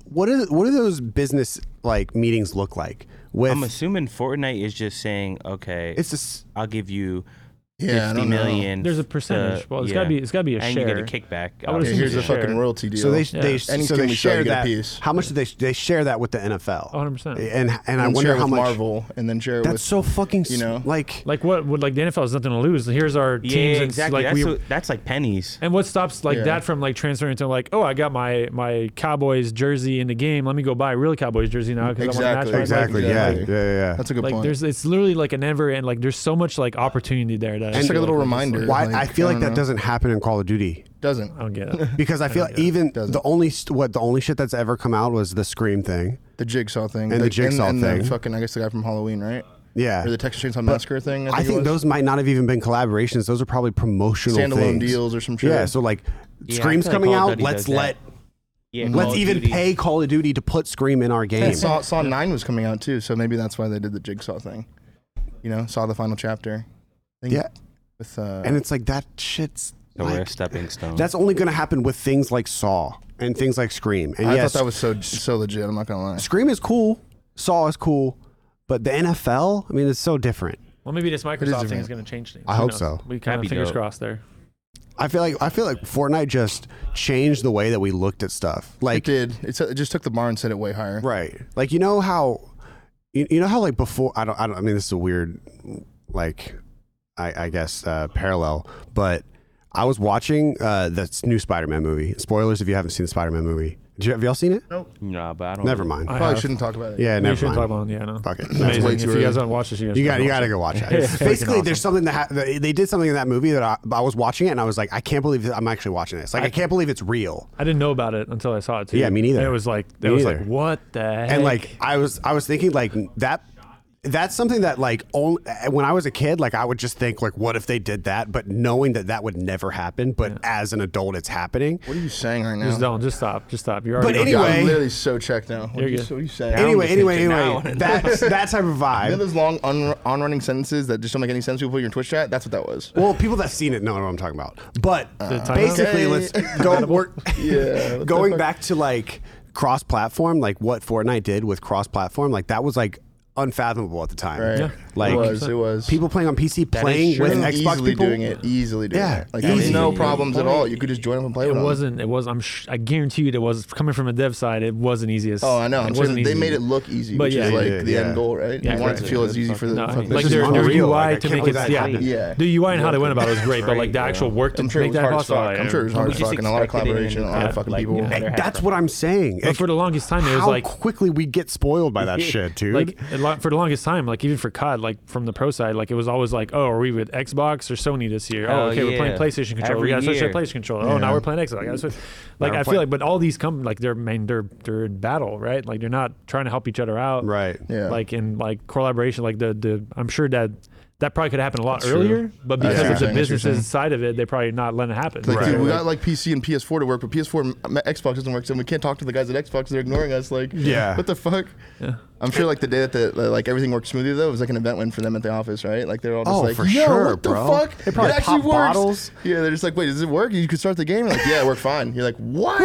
what is what do those business like meetings look like? With
I'm assuming Fortnite is just saying, okay,
it's just
I'll give you
Yeah, I
fifty
don't know.
million.
There's a
f-
percentage.
uh,
well, it's
yeah.
gotta be it's gotta be a
and
share.
you get a kickback.
I would
out of
Yeah,
it.
here's a
Share.
fucking royalty deal.
so they
Yeah.
they
Any
so
skin
they
we sell,
share
you get a
that.
piece.
How much do they they share that with the NFL?
100%.
And and I
And
wonder
share it
how
with
much
Marvel, and then share it
That's
with
so fucking you
you
know
know?
like
like what would like the NFL has nothing to lose. Here's our teams
Yeah,
and
exactly.
like
that's,
we
what- that's like pennies.
and what stops like
Yeah.
that from like transferring to like, oh, I got my my Cowboys jersey in the game. Let me go buy a real Cowboys jersey now because I want to match my
Exactly.
exactly yeah yeah
Exactly.
yeah.
That's a good
Like
point.
there's it's literally like a never end. Like there's so much like opportunity there. That
Just like a little reminder.
Why I
like,
feel
I
like
don't
that
know.
doesn't happen in Call of Duty.
doesn't.
I don't get it.
because I feel like even
Doesn't.
the only st- what the only shit that's ever come out was the Scream thing.
The jigsaw thing
And the
Like,
Jigsaw
and, and
thing.
The fucking I guess the guy from Halloween, right?
Yeah,
Or the Texas Chainsaw Massacre thing. I think,
I
it
think
was.
those might not have even been collaborations. Those are probably promotional
standalone
things.
deals or some shit.
Yeah, so like
Yeah, I
Scream's
feel like
coming
Call of
out.
Duty
Let's
does that.
let
Yeah, Call
let's
of
even
Duty.
pay Call of Duty to put Scream in our game.
and Saw Saw Nine was coming out too, so maybe that's why they did the jigsaw thing. You know, saw the final chapter. I think
Yeah.
With uh,
and it's like that shit's
So we're a
like,
stepping stone.
that's only going to happen with things like Saw and things like Scream. And
I
yes,
thought that was so so legit. I'm not gonna lie.
Scream is cool, Saw is cool, but the NFL, I mean, it's so different.
Well, maybe this Microsoft thing
different.
is going to change things.
I
Who
hope
knows?
so.
We kind
That'd be
of fingers
dope.
crossed there.
I feel like I feel like Fortnite just changed the way that we looked at stuff. Like
It did. It's, it just took the bar and set it way higher.
Right. Like you know how you, you know how like before I don't I don't I mean this is a weird like I, I guess uh parallel, but I was watching uh the new Spider Man movie. Spoilers if you haven't seen the Spider Man movie. Did you, have y'all seen it?
Nah, but I don't.
Never mind.
I
Probably
have-
shouldn't talk about it.
yeah,
We
never
shouldn't
mind.
talk about it. Yeah, no.
Fuck it.
It's amazing.
way
if
too
you guys
early.
haven't watched this, you guys
You got
gotta
you
watch
got to
it. Yeah.
go watch it. It's
Fucking
Basically, there's
awesome.
something that ha- they they did something in that movie that I, I was watching it and I was like, I can't believe that I'm actually watching this. Like, I, can't believe it's real.
I didn't know about it until I saw it too.
Yeah, me neither.
And it was like
Me
it was
neither.
like what the heck?
and like I was I was thinking like that that's something that like only when I was a kid like I would just think like what if they did that but knowing that that would never happen but as an adult it's happening
What are you saying right now?
just don't, just stop, just stop. You're
But
already.
anyway-
on-
God, I'm literally so checked now. What
You're
are you,
good.
what are you saying?
anyway anyway
thinking now.
anyway that's that type of
You know
vibe
those long on running sentences that just don't make any sense. People put in your Twitch chat. That's what that was.
well people that've seen it know what I'm talking about but
timeout?
basically
Okay.
let's go work
Yeah. what the
going
fuck?
back to like cross platform like what Fortnite did with cross platform like that was like unfathomable at the time
Right.
Yeah.
like
it was. It was.
people playing on PC playing
true.
with
And
Xbox
easily
people
doing it. Easily doing
Yeah,
it. Like there was
easy.
no problems at all. You could just join up and play
It
with 'em.
wasn't. It was. I'm. Sh- I guarantee you, it was coming from a dev side. It wasn't easy as.
Oh, I know.
It
I'm saying
wasn't
that
easy.
they made it look easy,
But
which
yeah,
is like
yeah,
the
yeah.
end goal, right?
Yeah,
you want it to
exactly.
feel as easy for the
No,
fucking-
like
is
their, their
unreal.
UI
Like, I
to
can't
make
believe
it.
that's
Yeah,
happening.
Yeah.
the UI and how they went about it was great, but like the
Right,
actual
yeah.
work to
I'm sure it
make
was
that
hard as
possible.
fuck. I'm sure it was hard as
just
fuck, and a lot of
expected it and
collaboration, a lot
it
of fucking
like,
people.
yeah.
Like,
Better
Like,
have
that's
it.
what I'm saying.
But
Like,
for the longest time, it was
how
like
quickly we get spoiled by that shit, dude.
like a lot- for the longest time, like even for COD, like from the pro side, like it was always like, oh, are we with Xbox or Sony this year? Oh,
Oh,
okay, we're playing
yeah.
PlayStation controller.
Every
we gotta switch to
year.
PlayStation controller. Oh, now we're playing Xbox. I gotta switch. Like
we're
I
playing-
feel like, but all these come like they're man, they're they're in battle, right? Like they're not trying to help each other out,
right.
Yeah.
Like in like collaboration, like the the I'm sure that that probably could happen a lot earlier, but
That's
because
true.
of the
That's what you're saying.
businesses side of it, they probably not letting it happen.
Like,
Right.
dude, we got like PC and PS4 to work, but PS4 and m- Xbox doesn't work, so we can't talk to the guys at Xbox. They're ignoring us. Like,
Yeah.
what the fuck? I'm sure like the day that the, the- like everything worked smoothly though, it was like an event win for them at the office, right? Like they're all just
Oh,
like,
for
Yo,
sure,
what the
bro.
fuck?
They probably
it actually
pop
works.
bottles.
Yeah, they're just like, wait, does it work? You could start the game. You're like, yeah, we're fine. You're like, what?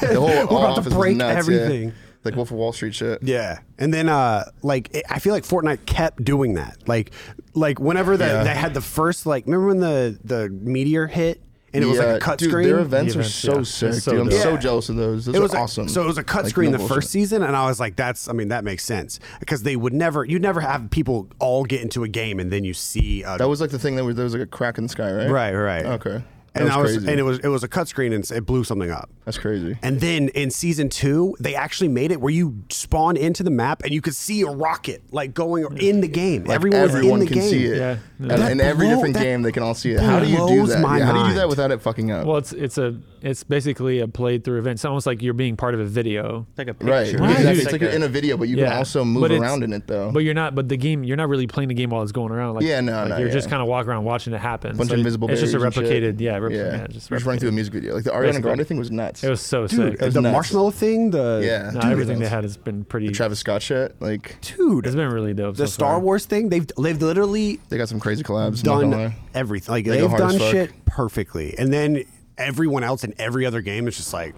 The whole
We're about
whole
to
office was
break
nuts, yeah.
everything.
Like Wolf of Wall Street shit.
Yeah. And then, uh, like, it, I feel like Fortnite kept doing that. Like, like whenever the,
Yeah.
they had the first, like, remember when the the meteor hit and it was like
Yeah,
a cut
dude,
screen.
Their events,
The events,
are so
yeah.
sick,
It's so
dude. I'm
dope.
so
Yeah.
jealous of those. Those
it was
are
a-
awesome.
So it was a cut
Like,
screen
no
the first
bullshit.
season, and I was like, "That's, I mean, that makes sense because they would never, you'd never have people all get into a game and then you see a,
That was like the thing that was there was like a crack in the sky, right?
right, right,
Okay. That
and
was
I was,
crazy.
and it was, it was a cut screen, and s- it blew something up.
That's crazy.
And then in season two, they actually made it where you spawn into the map and you could see a rocket like going in the game. Everyone, was
Everyone
in the
can
game.
see it.
Yeah.
And,
That
in every
blow-
different
that
game, they can all see it. How do you do
blows
that?
my
Yeah, how do you do that
mind.
without it fucking up?
Well, it's it's a it's basically a played through event. It's almost like you're being part of a video,
It's like a picture.
right. Exactly. It's like you're in a video, but you can
Yeah.
also move
But it's-
around in it though.
but you're not. But the game, you're not really playing the game while it's going around. Like,
Yeah, no,
like
no,
you're just
yeah.
kind of walking around watching it happen.
bunch
So
of invisible
It's just a
barriers and shit.
replicated, yeah, repl- yeah. just
We're just running
replicated.
through a music video. Like the Ariana
Basically.
Grande thing was nuts.
It was so
Dude,
sick.
was
the
nuts.
marshmallow thing, the
yeah.
No,
uh, dude,
everything they
that's-
had has been pretty.
The Travis Scott shit. Like
dude,
It's been really dope.
the
so
Star
far.
Wars thing. They've they've literally
they got some crazy collabs. I'm not gonna
done
lie.
everything. Like
They go
they have
hard as
done
fuck.
shit perfectly, and then everyone else in every other game is just like,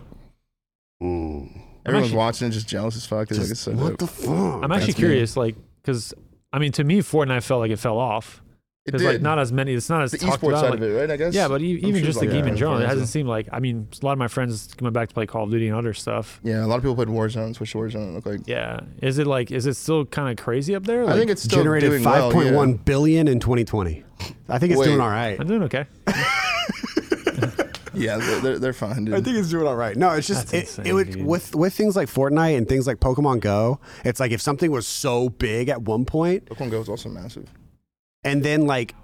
mm,
Everyone's
actually-
watching it, just jealous as fuck. They're like, it's so
what
dope.
the fuck?
I'm actually
That's me.
curious, like, because I mean, to me, Fortnite felt like it fell off.
It
There's
did.
like not as many. It's not as
the
talked
esports
about,
side
like-
of it, right? I guess.
Yeah, but e-
I'm
even
sure
just the
it's like
game in
that.
general, it
Yeah.
hasn't seemed like. I mean, a lot of my friends coming back to play Call of Duty and other stuff.
Yeah, a lot of people played Warzone, switched to Warzone. It looked like.
Yeah, is it like? Is it still kind of crazy up there?
I
Like,
think it's still
generated
doing well,
five point one
yeah.
billion in 2020. I think it's
Wait.
doing all right.
I'm doing okay.
Yeah, they're, they're, they're fine. Dude.
I think it's doing all right. No, it's just it,
That's
it would
insane, dude.
with with things like Fortnite and things like Pokemon Go. It's like if something was so big at one point,
Pokemon Go is also massive.
and then like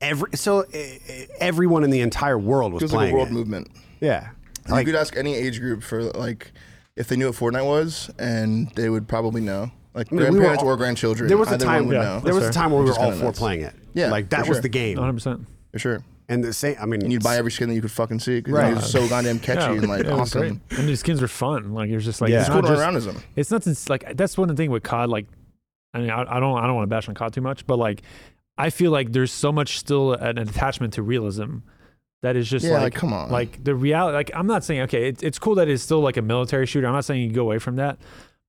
every so eh, eh, everyone in the entire world
It
was
was like a
playing.
world
it.
movement.
Yeah, like
you could ask any age group for like if they knew what Fortnite was, and they would probably know. Like
we were
grandparents
all-
or grandchildren.
there was a
either
time
one would
yeah,
know.
there was a
That's
time where we were
Just
all
kinda
four
nuts.
playing it.
Yeah,
like that
for
was
sure.
the game.
100. percent
for sure.
And the same. I mean,
And you'd buy every skin that you could fucking see because
Right.
it was so goddamn catchy and like awesome.
And these skins are fun. Like you're just like
Yeah.
it's
Just
not
Going
just
around as them.
it's nothing s- like that's one thing with COD. Like, I mean, I, I don't, I don't want to bash on COD too much, but like, I feel like there's so much still an attachment to realism that is just
Yeah, like,
like,
come on.
like the reality. Like, I'm not saying okay, it, it's cool that it's still like a military shooter. I'm not saying you go away from that,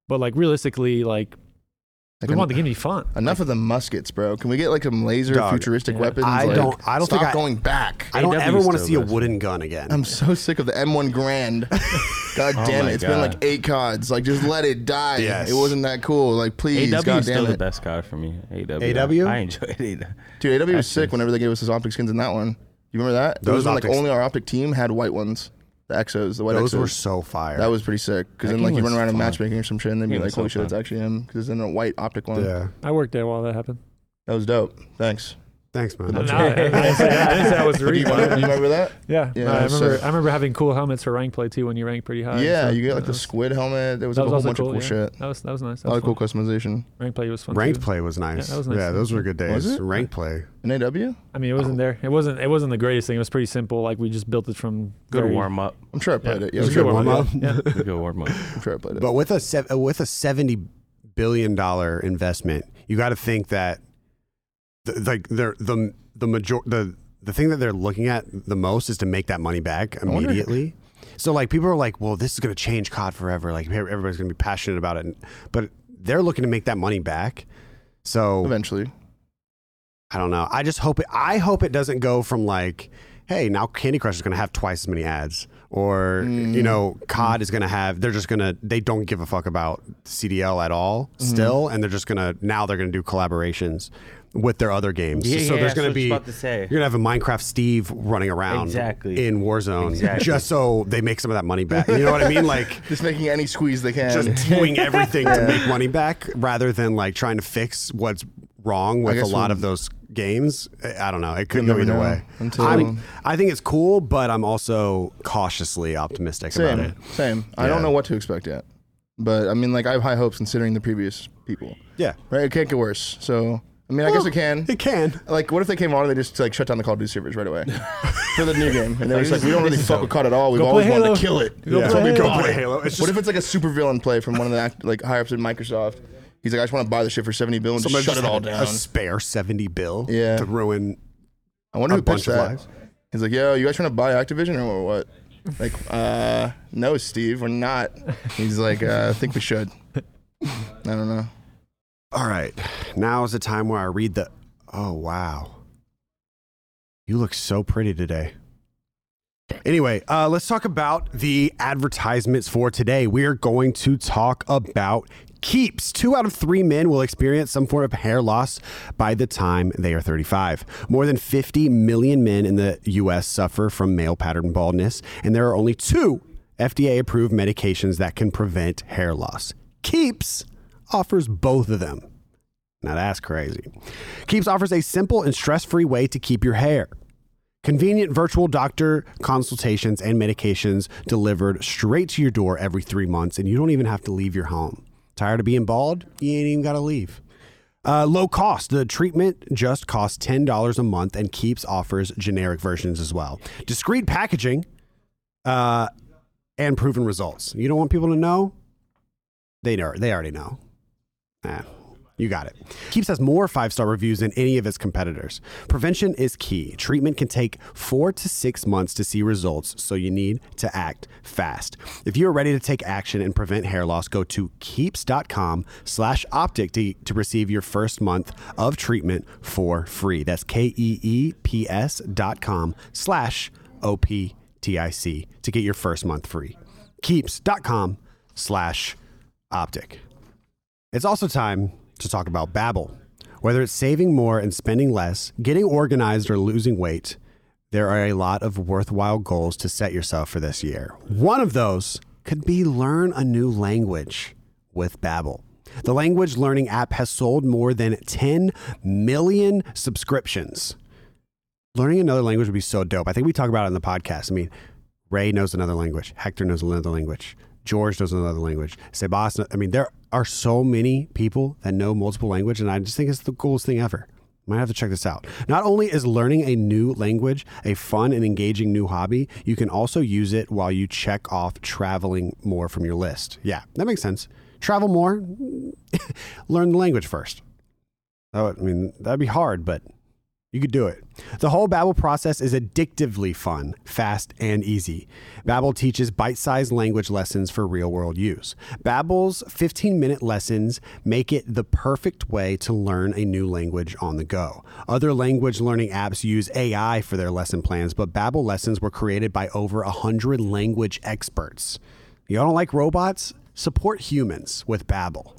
but like realistically, like,
Like,
we
en-
want the game to be fun.
Enough of the muskets, bro. Can we get like some laser
Dog.
futuristic
Yeah.
weapons?
I
Like,
don't- I don't
stop
think I-
going back.
I don't
AW
ever want to
still
see a
does.
wooden gun again.
I'm so sick of the M1 Grand. God damn
my
it! It's been like
God.
eight cods. Like just let it die.
Oh Yes.
It wasn't that cool. Like please,
AW
God
is still
damn
the
it,
best card for me. AW.
AW?
I enjoyed it.
dude. AW was sick.
Access.
Whenever they gave us those optic skins in that one, you remember that? It
Those
was when, like
optics-
only our optic team had white ones. The Exos, the white
Those
Exos.
were so fire.
that was pretty sick. Because
That
then like
game
you
was
run around in
fun.
matchmaking or some shit, and they'd be
Game
like,
was so
"Holy shit,
fun.
that's actually him." Because then a white optic one.
yeah.
I worked there while that happened.
That was dope. Thanks.
Thanks, man.
No, I, I didn't say that. I didn't say I was the
Do you
reason.
remember, you remember that?
Yeah,
Yeah,
no, I
so-
remember. I remember having cool helmets for rank play too when you rank pretty high. and
yeah,
stuff.
you get like
That
the
was-
squid helmet. There was
that
like, a whole
also
bunch
cool,
of cool
yeah.
shit.
That was that was nice.
A
That
lot
was
of cool
fun.
customization.
Rank play was fun.
Ranked
too.
play was nice.
that was nice.
Yeah, those were good days.
Was it?
Ranked play.
In AW,
I mean, it wasn't there. It wasn't. It wasn't the greatest thing. It was pretty simple. Like we just built it from
Good
very-
warm up.
I'm sure I played it. Yeah,
it was
I'm sure
a good
I
warm
played
up.
it.
Yeah.
Good warm up.
I'm sure I played it.
But with a sev- uh, with a seventy billion dollar investment, you got to think that th- like they're the the major the the thing that they're looking at the most is to make that money back
wonder-
immediately. So like people are like, well, this is going to change COD forever. Like everybody's going to be passionate about it, but they're looking to make that money back. So
Eventually,
I don't know. I just hope it. I hope it doesn't go from like, hey, now Candy Crush is going to have twice as many ads, or you know,
Mm.
COD is going to have. They're just going to. They don't give a fuck about CDL at all
Mm-hmm.
still, and they're just going to now they're going to do collaborations with their other games.
Yeah,
so
yeah,
there's
that's what
going
I was
be
about to say.
you're going to have a Minecraft Steve running around
Exactly.
in Warzone
Exactly.
just so they make some of that money back. You know what I mean? Like.
just making any squeeze they can.
Just doing everything to make money back rather than like trying to fix what's wrong with a
guess
lot
we'll-
of those games. I I don't know. It could
You'll
go
never
either
know
way.
until-
I'm- I think it's cool, but I'm also cautiously optimistic
same,
about it.
same. I
Yeah.
don't know what to expect yet, but I mean, like I have high hopes considering the previous people.
Yeah.
Right, it can't get worse. So I mean, I guess it can.
It can.
Like, what if they came on and they just like shut down the Call of Duty servers right away for the new game, and they're just like, we don't really fuck with COD at all. We've
Go
always
play
wanted to kill
Halo.
it.
Go
That's
play
what we
Halo.
bought it.
Halo. It's
What
just-
if it's like a super villain play from one of the act, like higher ups at Microsoft? He's like, I just want to buy the shit for seventy billion. Just
somebody
shut
just
it all
had
down.
A spare 70 bill
Yeah.
to ruin.
I wonder
a
who pitched
bunch of
that.
lies.
He's like, yo, you guys trying to buy Activision or what? Like, uh, no, Steve, we're not. He's like, uh, I think we should. I don't know.
All right. Now is the time where I read the. Oh, wow. You look so pretty today. Anyway, uh, let's talk about the advertisements for today. We are going to talk about keeps. Two out of three men will experience some form of hair loss by the time they are 35. More than 50 million men in the U.S. suffer from male pattern baldness, and there are only two FDA approved medications that can prevent hair loss. Keeps offers both of them. Now that's crazy. Keeps offers a simple and stress free way to keep your hair. Convenient virtual doctor consultations and medications delivered straight to your door every three months, and you don't even have to leave your home. Tired of being bald? You ain't even got to leave. Uh, low cost. The treatment just costs $10 a month and Keeps offers generic versions as well. Discreet packaging uh, and proven results. You don't want people to know? They, know, they already know. Ah, you got it. Keeps has more five star reviews than any of its competitors. Prevention is key. Treatment can take four to six months to see results, so you need to act fast. If you are ready to take action and prevent hair loss, go to keeps.com slash optic to, to receive your first month of treatment for free. That's K E E P S dot com slash O P T I C to get your first month free. Keeps.com slash optic. It's also time to talk about Babbel. Whether it's saving more and spending less, getting organized or losing weight, there are a lot of worthwhile goals to set yourself for this year. One of those could be learn a new language with Babbel. The language learning app has sold more than 10 million subscriptions. Learning another language would be so dope. I think we talk about it in the podcast. I mean, Ray knows another language. Hector knows another language. George knows another language. Sebastian, I mean, there are so many people that know multiple language, and I just think it's the coolest thing ever. Might have to check this out. Not only is learning a new language a fun and engaging new hobby, you can also use it while you check off traveling more from your list. Yeah, that makes sense. Travel more, learn the language first. Oh, I mean, that'd be hard, but you could do it. The whole Babbel process is addictively fun, fast, and easy. Babbel teaches bite-sized language lessons for real-world use. Babbel's 15-minute lessons make it the perfect way to learn a new language on the go. Other language learning apps use AI for their lesson plans, but Babbel lessons were created by over 100 language experts. Y'all don't like robots? Support humans with Babbel.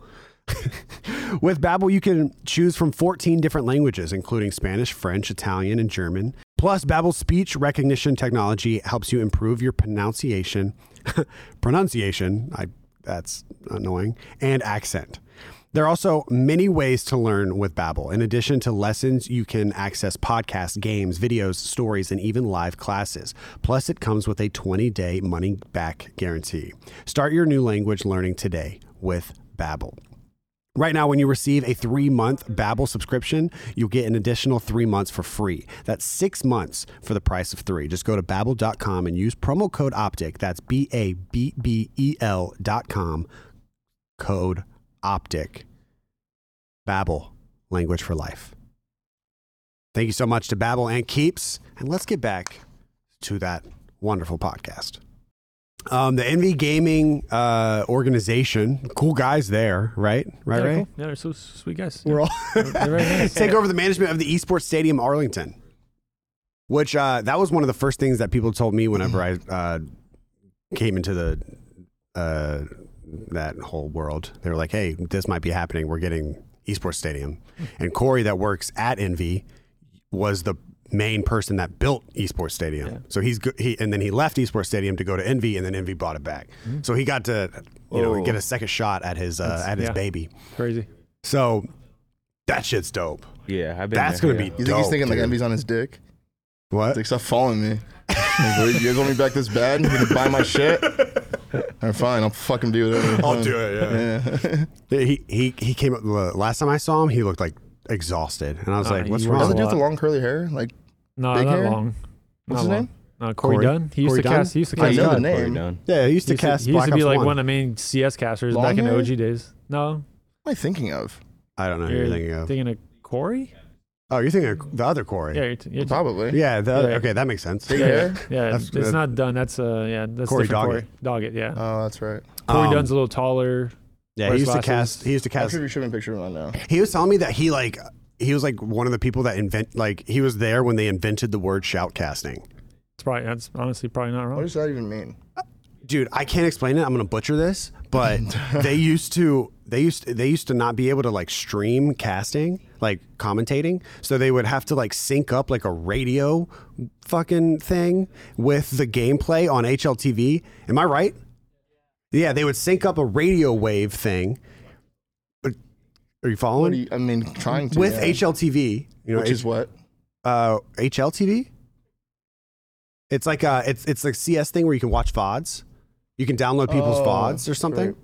With Babbel, you can choose from 14 different languages, including Spanish, French, Italian, and German. Plus, Babbel's speech recognition technology helps you improve your pronunciation, pronunciation, I, that's annoying, and accent. There are also many ways to learn with Babbel. In addition to lessons, you can access podcasts, games, videos, stories, and even live classes. Plus, it comes with a 20-day money-back guarantee. Start your new language learning today with Babbel. Right now, when you receive a three month Babbel subscription, you'll get an additional three months for free. That's six months for the price of three. Just go to babbel.com and use promo code OPTIC. That's B A B B E L dot com, code OPTIC. Babbel, language for life. Thank you so much to Babbel and Keeps. And let's get back to that wonderful podcast. Um, the Envy Gaming uh, organization, cool guys there, right? Right,
yeah,
right.
cool. yeah, they're so sweet guys.
We're all
They're very nice.
take over the management of the esports stadium Arlington, which uh, that was one of the first things that people told me whenever I uh, came into the uh, that whole world. They were like, "Hey, this might be happening. We're getting esports stadium," and Corey, that works at Envy, was the main person that built esports stadium. So he's go- he and then he left esports stadium to go to Envy, and then Envy bought it back. So he got to you know
Whoa.
get a second shot at his uh, at his
yeah.
baby.
Crazy.
So that shit's dope.
Yeah, I've been.
That's
there,
gonna
yeah.
be. Dope,
You think he's thinking like
dude.
envy's on his dick?
What?
Like, stop following me. Like, "Wait, you guys want me back this bad? You gonna buy my shit? I'm fine. I'll fucking do whatever.
I'll do it. Yeah.
Yeah.
He he he came up. the Last time I saw him, he looked like exhausted, and I was
Uh,
like, "What's
you were
Doesn't
wrong?"
he have the long curly hair? Like,
No,
Big
not
hair?
long.
What's
not
his
long.
name?
Uh, Corey,
Corey-
Dunn. He used
Corey
to
Dunn?
cast. He used to
I
cast.
know the
Dunn.
name.
Already done.
Yeah, he used to
He used
cast.
to, he used
Black
to be
Ops
like
1.
one of the main CS casters
Long
back in the
hair?
OG days. No,
what am I thinking of?
I don't know. who
you're
You're thinking of.
thinking of Corey?
Oh, you're thinking of the other Corey.
Yeah,
Yeah.
you're, t- you're t-
Probably.
the other,
Yeah.
okay, that makes sense.
Big
yeah,
hair.
yeah, yeah.
That's-
it's not done. That's uh, yeah, that's
Corey
different. Corey Doggett, yeah.
Oh, that's right.
Corey
Um,
Dunn's a little taller.
Yeah, he used to
Wears glasses.
cast. He used to
I'm
cast.
sure you should have been picturing one now.
He was telling me that he like he was like one of the people that invent like he was there when they invented the word shoutcasting.
It's probably that's honestly probably not
What
wrong.
does that even mean?
dude i can't explain it i'm gonna butcher this but they used to they used they used to not be able to like stream casting like commentating so they would have to like sync up like a radio fucking thing with the gameplay on hltv am i right yeah they would sync up a radio wave thing Are- are you
What
following
do you, I mean, trying to
with
yeah.
hltv you know
which is what?
uh, HLTV. It's like uh, it's it's the CS thing where you can watch VODs. You can download people's
Oh,
VODs or something.
right.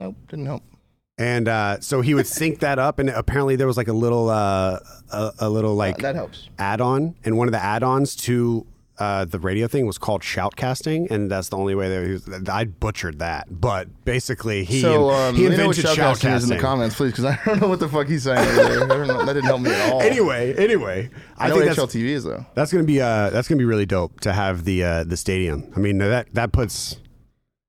Nope, didn't help.
And uh, so he would sync that up, and apparently there was like a little uh, a, a little like
that helps.
add-on, and one of the add-ons to uh, the radio thing was called shoutcasting, and that's the only way that he was, I butchered that. But basically, he
so
in-
um,
he
let me know what
invented
shoutcasting is in the
shoutcasting.
comments, please, because I don't know what the fuck he's saying. over there. I don't know, that didn't help me at all.
Anyway, anyway,
I, know
think
what
that's-
HLTV is though.
That's gonna be uh, that's gonna be really dope to have the uh, the stadium. I mean that that puts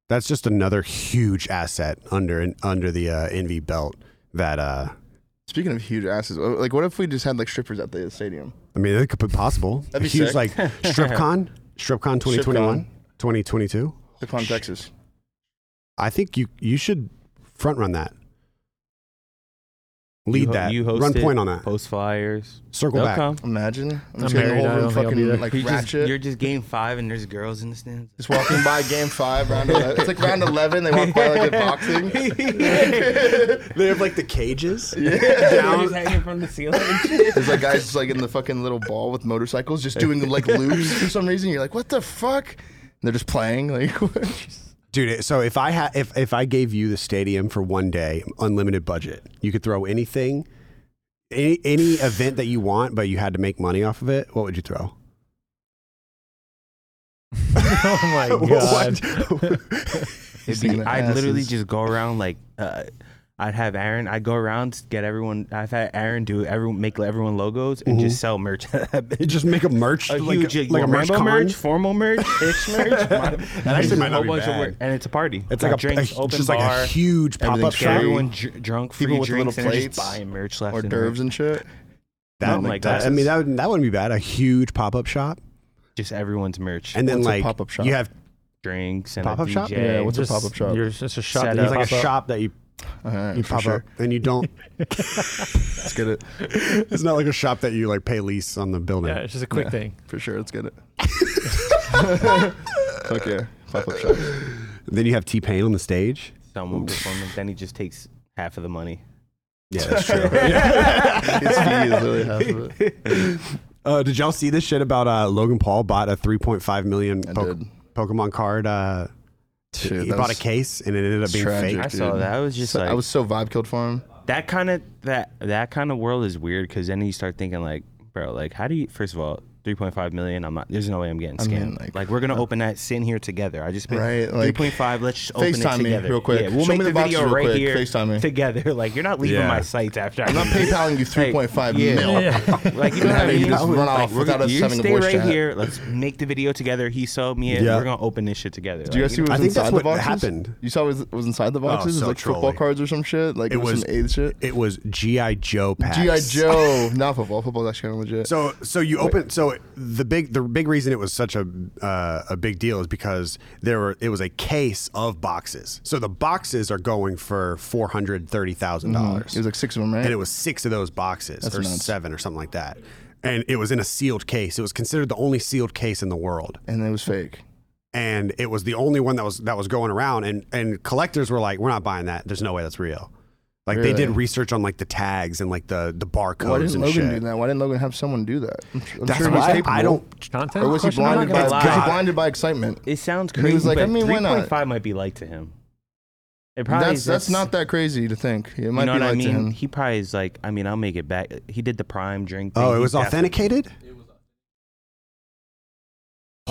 that's just another huge asset under under the uh, Envy belt. That uh,
Speaking of huge asses, uh, like what if we just had like strippers at the stadium?
I mean that could be possible.
That'd be
A huge
sick.
like StripCon, StripCon 2021, 2022.
The Con Texas.
I think you you should front run that, lead
you, ho-
that,
You host
run
it,
point on that,
post flyers.
circle
They'll
back.
come.
Imagine. I'm
I'm
just getting
married,
the
I
whole room
don't think I'll be
fucking
there.
like
You're just,
ratchet.
you're just game five, and there's girls in the stands.
Just walking by game five, round 11. It's like round 11. They walk by like in boxing.
They have like the cages.
Just hanging from the ceiling.
There's like guys just like in the fucking little ball with motorcycles just doing like loops for some reason. You're like, what the fuck? And they're just playing. Like,
Dude, it- so if I ha- if if I gave you the stadium for one day, unlimited budget, you could throw anything, any any event that you want, but you had to make money off of it. What would you throw?
oh my god.
It'd
Singing
be,
the
"Ah,
I'd literally
asses.
just go around like uh, I'd have Aaron. I'd go around get everyone. I've had Aaron do everyone make everyone logos and just sell merch. a
Just make Mm-hmm. a merch, like,
huge
like a merch
merch,
con.
merch, formal merch, ish merch. that
actually might not be bad.
and it's a party.
It's like a,
Uh, drinks,
a-
open
just
bar.
like a huge pop up
Everything's
shop.
free.
everyone dr- drunk, free
People with the little
drinks, and they're just
plates
buying merch left
hors
and
d'oeuvres
right.
and shit.
That,
Something like
that-
that.
I mean, that would that wouldn't be bad. A huge pop up shop,
Just everyone's merch, and
and then
What's a
like
pop-up shop?
you have
drinks, and
Pop-up
a DJ.
shop?
Yeah, what's
Just-
a pop up shop?
You're just a shop.
Set
that
up.
you
it's like a
pop up.
shop that you
All right,
you
for
pop
sure.
up and you don't.
Let's get it.
it's not like a shop that you like pay lease on the building.
Yeah, it's just a quick thing.
For sure. Let's get it. Fuck yeah. Pop up shops.
Then you have T Pain on the stage.
Someone performing, then he just takes half of the money.
Yeah, that's true.
His fee is literally half of it.
Uh, did y'all see this shit about uh, Logan Paul bought a 3.5 million
I
Poke-
did.
Pokemon card? Uh,
Shit,
he
that
bought a
was-
case and it ended up being
tragic.
fake.
I saw
Dude.
that. I was just
So-
like,
I was so vibe killed for him.
that kind of that that kind of world is weird because then you start thinking like, bro, like how do you? First of all, three point five million. I'm not. There's no way I'm getting
I
scammed.
mean, like- uh,
like, we're gonna open that sitting here together. I just
Right,
three
like,
point five. Let's just open
FaceTime
it
me
together
real quick.
Yeah, we'll
Show me
make
the
the,
boxes
video
real
right
quick.
here
FaceTime me.
together. Like you're not leaving
Yeah.
my sites after. I'm
not PayPaling you 3.5 mil.
Like you know what I
Now you
mean?
just run
Like,
off without us
you
having a
stay
voice
right
chat.
here. Let's make the video together. He sold me it.
Yeah.
We're gonna open this shit together.
Do you guys see what was
I think
inside
that's
the
what
boxes?
happened. Oh,
You saw what was, was inside the boxes? It was
so
like football
trolly.
cards or some shit? Like
It was
some AIDS shit?
It was GI Joe packs.
G.I. Joe. Not football. Football's actually kind of legit.
So so you open so the big the big reason it was such a uh, a big deal is because there were it was a case of boxes. So the boxes are going for four hundred thirty thousand dollars.
Mm-hmm. it was like six of them, right?
and it was six of those boxes or
nuts.
seven or something like that. And it was in a sealed case. It was considered the only sealed case in the world,
and it was fake.
and it was the only one that was that was going around. And and collectors were like, "We're not buying that. There's no way that's real." Like they did
Really?
research on like the tags and like the the barcodes
Why didn't
and
Logan
shit.
do that? Why didn't Logan have someone do that? I'm, su- I'm
That's
sure he was
why
capable.
I don't.
Content.
Or was he
Question? I'm
blinded
not
by?
gonna
Was
lie.
he
God.
blinded by excitement?
It sounds
And he
crazy.
was like,
but
I mean, why not?
3.5 might be light to him. It probably
That's
is-
that's not that crazy to think. It might
you know
be like
what I
to
mean?
him.
He probably is like, I mean, I'll make it back. He did the prime drink. Thing.
Oh, it
He
was
def-
authenticated.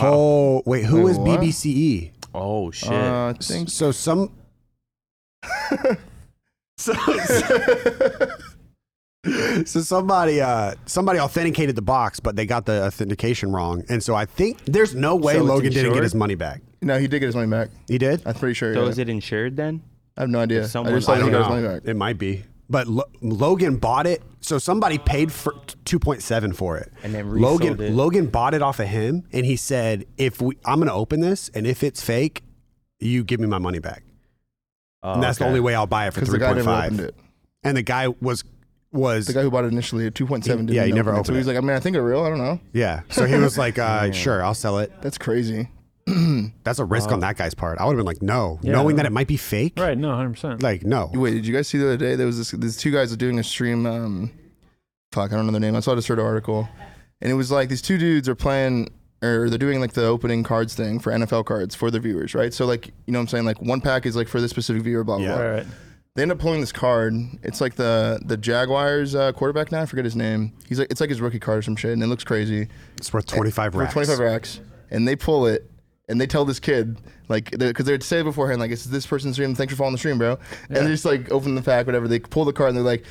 Oh wait, who
Wait,
is
what?
BBCE?
Oh shit!
Uh, I think
So some So somebody uh somebody authenticated the box, but they got the authentication wrong. And so I think there's no way
So it's
Logan didn't get
insured?
his money back.
no, he did get his money back.
He did?
I'm pretty sure.
so
yeah.
is it insured then?
I have no idea. I
someone-
just thought
I
he
don't
got his money back.
It might be. But Lo- Logan bought it, so somebody paid for two point seven for it.
And then resold
Logan
it.
Logan bought it off of him, and he said, "If we, I'm going to open this, and if it's fake, you give me my money back.
Oh,
And that's the
okay.
only way I'll buy it for
because the
three
guy
point
never opened
five.
it.
And the guy was was
The guy who bought it initially at 2.7 didn't
yeah, he
open
never
it. So
opened
he's
it.
like, I mean, I think it's real. I don't know.
yeah. So he was like, uh, "Sure, I'll sell it."
That's crazy.
That's a risk on that guy's part. I would have been like, "No,"
Yeah.
knowing that it might be fake.
Right. No, hundred percent.
Like, no.
Wait, did you guys see the other day? There was this, these two guys doing a stream. Um, fuck, I don't know their name. I saw this sort of article, and it was like these two dudes are playing or they're doing like the opening cards thing for NFL cards for the viewers, right? So like, you know what I'm saying? Like one pack is like for this specific viewer, blah blah.
Yeah.
blah.
Right. right.
They end up pulling this card. It's like the the Jaguars uh, quarterback now. I forget his name. He's like it's like his rookie card or some shit, and it looks crazy
It's worth twenty five racks.
for 25 racks and they pull it and they tell this kid like because they'd say beforehand like it's this person's stream thanks for following the stream bro and they just like open the pack whatever they pull the card and they're like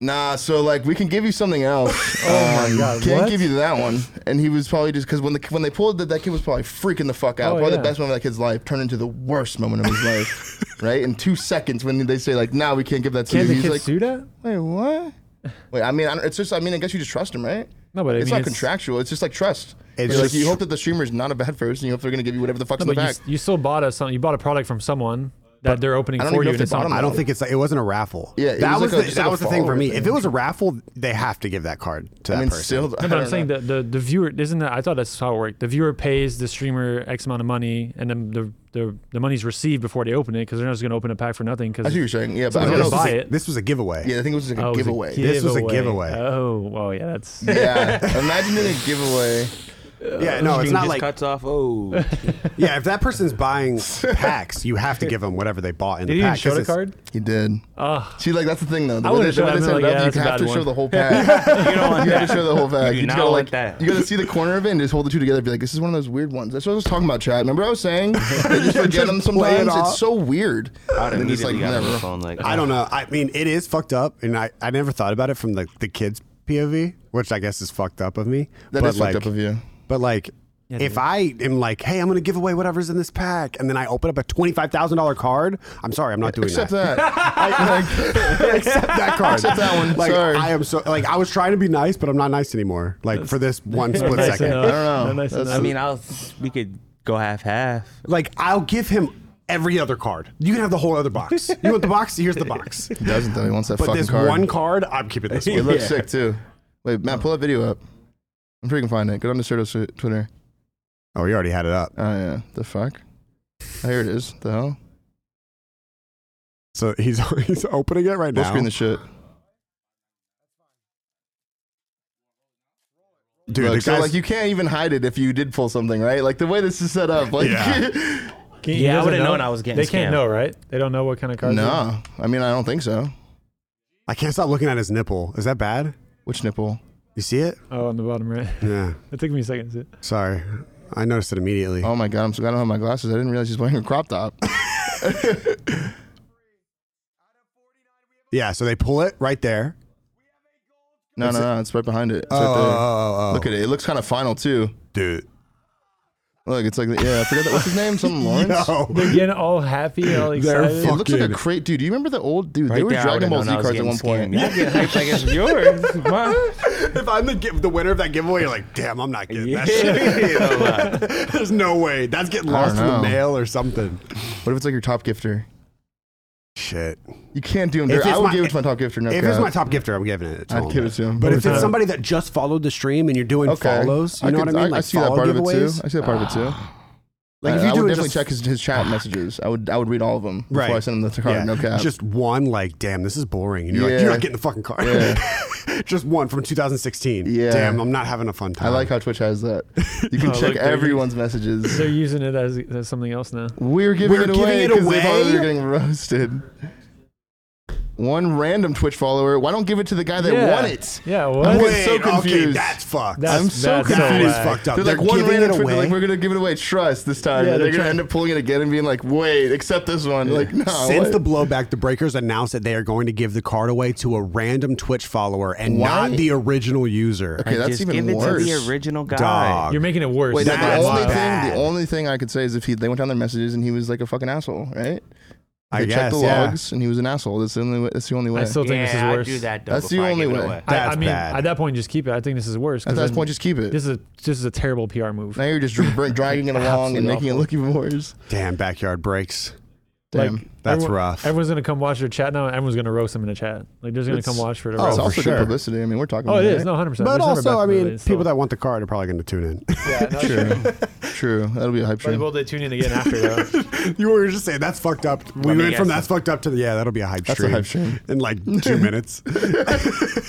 nah so like we can give you something else oh my god can't give you that one and he was probably just because when the when they pulled that that kid was probably freaking the fuck out
Oh,
probably
yeah.
the best moment of that kid's life turned into the worst moment of his life right in two seconds when they say like nah we can't give that to
Can
you
the
he's
kid
like
sue that?
wait what Wait, I mean, I don't, it's just, I mean, I guess you just trust him, right?
No, but I
it's
mean,
not
it's-
contractual. It's just like trust.
It's
It's like
just
you
tr-
hope that the streamer's not a bad person. You hope they're going to give you whatever the fuck's
No,
in the
but you,
back.
s- you still bought a something. You bought a product from someone that they're opening
I don't
for
even
you.
know if
and
they
it's
bought
on-
them.
I don't think it's like, it wasn't a raffle.
Yeah, it
that
was like
was,
a-
the,
just
that
like a
was the thing for
follower
me.
thing.
If it was a raffle, they have to give that card to
I
that
mean,
person.
still, I
No, but I'm
don't
saying
know.
that the, the viewer isn't that. I thought that's how it worked. The viewer pays the streamer X amount of money, and then the the, the money's received before they open it because they're not just going to open a pack for nothing.
I see
oh,
what
Because
you're saying. Yeah, but I don't
Someone's
this,
know.
gonna
was
buy
if
a,
it.
this was a giveaway.
Yeah, I think it was like a giveaway.
This was a giveaway.
Oh, well, yeah, that's
yeah, imagine doing a giveaway.
Yeah, no, it's
Stream
not
just
like
cuts off. Oh,
yeah. If that person's buying packs, you have to give them whatever they bought in
Did
the
he even
pack. 'cause
show the
it's-
card?
He did. See, like that's the thing though. The
I
way
would've
they, the way
showed
they
him,
set
like,
it up,
yeah,
you
that's a
have
bad
to show
one.
the whole pack.
you don't want
You
that.
have to show the whole bag.
You
just
do not
gotta,
want
like,
that.
You gotta see the corner of it and just hold the two together. And be like, this is one of those weird ones. That's what I was talking about, Chad. Remember I was saying? They just forget them
play it
sometimes.
off.
It's so weird.
I
And it's like
immediately got on
never.
the phone, like,
I don't know. I mean, it is fucked up, and I, I never thought about it from the the kids' POV, which I guess is fucked up of me.
That
but
is
like,
fucked up of you.
But like, if I am like, hey, I'm gonna give away whatever's in this pack, and then I open up a twenty five thousand dollar card, I'm sorry, I'm not doing
Except
that.
that. I- like-
Except that card.
Except that one.
Like
Sorry.
I am so like I was trying to be nice, but I'm not nice anymore. Like for this one split
nice
second.
enough.
I don't know.
Not nice
That's-
enough.
I mean, I'll. We could go half half.
Like I'll give him every other card. You can have the whole other box. You want the box? Here's the box.
He doesn't though. He wants that
But
fucking
this
card.
one card, I'm keeping this
it
one.
looks sick too. Wait, Matt, pull that video up. I'm sure you can find it. Go on to Serto's tw- Twitter.
Oh, we already had it up.
Oh yeah. The fuck? Oh, here it is. The hell?
So he's he's opening it right
Full
now.
screen the shit.
Dude,
Look,
the
so
guy's-
like you can't even hide it if you did pull something, right? Like the way this is set up, like
Yeah.
Can- he
Yeah, I
doesn't
would've
know?
known I was getting
They can't
scammed.
know, right? They don't know what kind of card.
no. I mean, I don't think so.
I can't stop looking at his nipple. Is that bad?
Which nipple?
You see it?
Oh, on the bottom right.
Hmm.
Yeah.
It took me a second. To
Sorry. I noticed it immediately.
Oh my god, I'm so glad I don't have my glasses. I didn't realize he's wearing a crop top.
Yeah, so they pull it right there.
No, no, no. It's right behind it. It's
oh,
right there.
oh, oh, oh.
Look at it. It looks kind of final too.
dude.
Look, it's like the, yeah. I forgot that. What's his name? Something Lawrence.
Yo.
They're getting all happy, all excited.
It looks like a
Fucking-
crate, dude. Do you remember the old dude?
Right
they were
there, I
Dragon
would've
Ball
known
Z
I was
cards at
getting
one point.
scammed. Yeah, I get hyped like it's yours. It's mine.
If I'm the, gi- the winner of that giveaway, you're like, damn, I'm not getting that
Yeah.
shit. There's no way. That's getting
Oh, I
lost
don't
in the
know.
mail or something.
What if it's like your top gifter?
Shit.
You can't do him.
If
dirty. I
it's
would
my-
give it to my top gifter. No
If
cap.
it's my top gifter, I'm giving it. to
I'd give it to him.
But if it's
Yeah.
somebody that just followed the stream and you're doing
okay.
follows, you know
I
what
could-
I mean?
I, I
like
see that
follow
part of
giveaways?
it too. I see that part of it too.
Like if
I,
you
I
do
would
it
definitely
just,
check his, his chat messages. I would I would read all of them before
Right.
I send him the card.
yeah,
No cap.
just one like, damn, this is boring, and you're like,
Yeah.
you're not getting the fucking card. just one from 2016.
Yeah.
damn, I'm not having a fun time.
I like how Twitch has that. You can
Oh,
check
look, there he
everyone's messages.
They're using it as, as something else now.
We're giving
We're
it
giving
away
it
because they thought we
away?
were getting roasted. One random Twitch follower. Why don't give it to the guy that
yeah.
won it?
Yeah,
I'm
what?
getting so
Okay,
confused.
that's fucked.
That's-
I'm so
that's so
confused.
that is
whack.
fucked up.
They're, like one
giving
random
it
Twitter,
away.
like we're gonna give it away. Trust this time. they're,
Yeah, they're
gonna
trying-
end up pulling it again and being like, wait, except this one. Like, no.
Since
wait.
the blowback, the Breakers announced that they are going to give the card away to a random Twitch follower and
Why?
not the original user.
Okay, that's
Just
even
give
worse.
it to the original guy.
Dog.
You're making it worse.
Wait,
That's
the only
bad.
thing the only thing I could say is if he they went down their messages and he was like a fucking asshole, right?
I
They checked
guess.
the
yeah.
logs, and he was an asshole. That's the only. Way, that's the only way.
I still think this is
I'd
worse.
do that though.
That's the
before I
only
give it
way.
away.
I, I
That's
mean,
bad.
at that point, just keep it. I think this is worse. 'cause
At that
then
point, just keep it.
this is a this is a terrible PR move.
now you're just dra- dragging it along and
Absolutely
making it
awful.
look even worse.
Damn backyard breaks.
Damn.
Like,
That's
everyone-
rough.
Everyone's gonna come watch your chat now. and Everyone's gonna roast him in the chat. Like, they're just gonna
It's- Oh,
come watch Oh, for the
it's
roast.
for
also
sure.
good publicity. I mean, we're talking.
Oh, it
about
is no hundred percent.
But also, I mean, people that want the card are probably going to tune
Yeah, no,
True.
sure.
True. That'll be a hype
but
train.
will they tune in again after though?
in. you were just saying that's fucked up. We
Let me
went from
guess.
that's fucked up to the yeah, that'll be a hype
That's a
stream.
hype stream.
in like two minutes.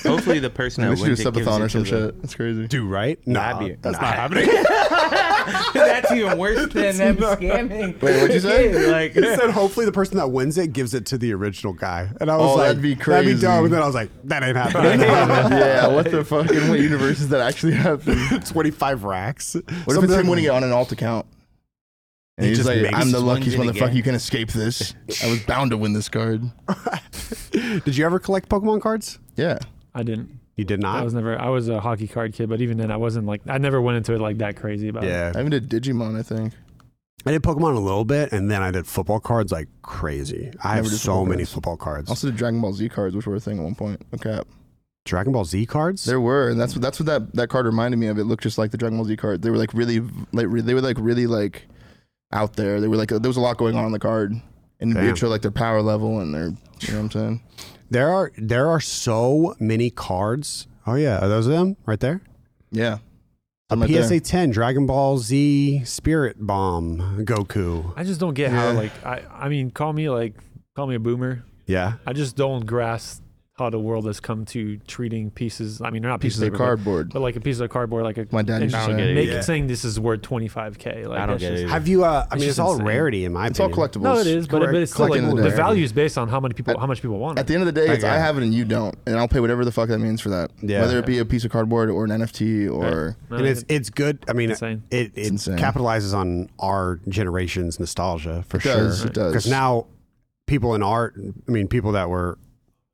Hopefully, the person
We
that
should do a
wins it gives
subathon
it
or
to
some
the-
shit. That's crazy.
Do right? No,
That'd be-
that's
nah.
not happening.
That's even worse than them scamming.
Wait, what'd you say?
Yeah, like,
It said hopefully the person that wins it gives it to the original guy, and I was
Oh,
like,
that'd be
That'd
crazy.
be dumb. And then I was like, that ain't happening.
yeah. What the fuck? In what universe does that actually happen?
Twenty five racks.
What if it's him winning it on an alt account? And
He
he's
just
like,
makes
I'm the
his
luckiest
wins it
motherfucker.
again.
You can escape this. I was bound to win this card.
Did you ever collect Pokemon cards?
Yeah.
I didn't.
You did
I
not.
was never. I was a hockey card kid, but even then, I wasn't like. I never went into it like that crazy about. it.
I
yeah,
even did Digimon, I think.
I did Pokemon a little bit, and then I did football cards like crazy. I have
Never did
so
football
many
cards.
football cards.
I also did Dragon Ball Z cards, which were a thing at one point. Okay.
Dragon Ball Z cards.
There were, and that's what that's what that, that card reminded me of. It looked just like the Dragon Ball Z card. They were like really like re- they were like really like out there. They were like there was a lot going on on the card. And
Damn.
it showed like their power level and their you know what I'm saying?
There are there are so many cards. Oh yeah, are those them right there?
Yeah.
A
Some right
PSA
there.
ten Dragon Ball Z Spirit Bomb Goku.
I just don't get
Yeah.
how like I. I mean, call me like call me a boomer.
Yeah,
I just don't grasp how the world has come to treating pieces. I mean, they're not pieces,
pieces of
paper, but-
cardboard.
but like a piece of cardboard, like a
My dad used to say.
and
I don't get it
make
Yeah.
saying this is worth 25k. Like
I don't
that's
get
just-
it.
have you? uh I
It's
mean, it's
just
all
insane.
rarity in my
It's all
opinion.
collectibles.
No, it is, but,
Correct-
but it's still
correct
like
in the
the,
day.
value is based on how many people how much people want
At
it.
the end of the day, it's
Okay.
I have it and you don't, and I'll pay whatever the fuck that means for that.
Yeah.
Whether it be a piece of cardboard or an NFT or
No,
And it's
it-
it's good. I mean,
Insane.
it it
insane.
capitalizes on our generation's nostalgia for
it
sure.
does, it does.
because now people in our i mean people that were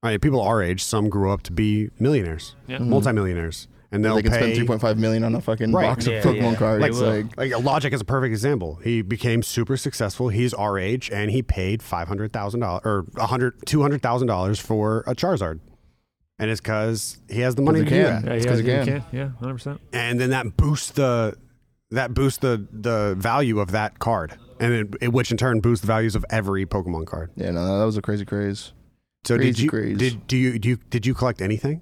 I mean, people our age some grew up to be millionaires
Yeah.
multi multimillionaires and they'll
Mm-hmm. they can
pay
spend three point five million on a fucking
Right.
box
Yeah,
of Pokemon
yeah.
cards.
Like-
It's like
like logic is a perfect example he became super successful he's our age and he paid $500000 or $100 $200000 for a charizard and it's because he has the money
he
to
can.
do that
yeah,
it's
yeah,
'cause
you
again-
can. yeah, 100. percent
and then that boosts the that boosts the the value of that card and it, it which in turn boosts the values of every pokemon card
yeah, no, that was a crazy craze.
So did
Crazy
you
craze.
did do you do you, did you collect anything?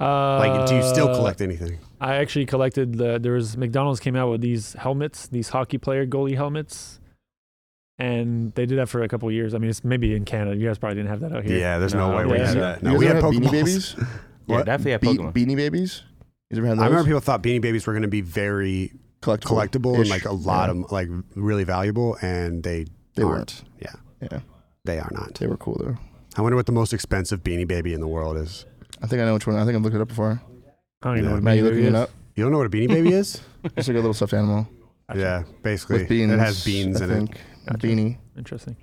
Uh,
Like do you still collect anything?
I actually collected the. There was McDonald's came out with these helmets, these hockey player goalie helmets, and they did that for a couple of years. I mean, it's maybe in Canada. You guys probably didn't have that out here.
there's
no,
we
You
had
guys-
No,
you
we
guys
had
ever Beanie
Pokemon.
Babies.
Yeah,
What?
definitely have
Be-
Pokemon.
Beanie Babies. You ever had those?
I remember people thought Beanie Babies were going to be very
collectible,
collectible and like a lot of like really valuable, and they
They
aren't. Yeah,
Yeah,
they are not.
they were cool though.
I wonder what the most expensive Beanie Baby in the world is.
I think I know which one. I think I've looked it up before.
I don't even
Yeah.
know what
Now
maybe
you looking it
is.
up?
You don't know what a Beanie Baby is?
It's like a little stuffed animal
yeah, basically,
with beans.
it has beans
I
in
think.
Gotcha.
Beanie
Interesting.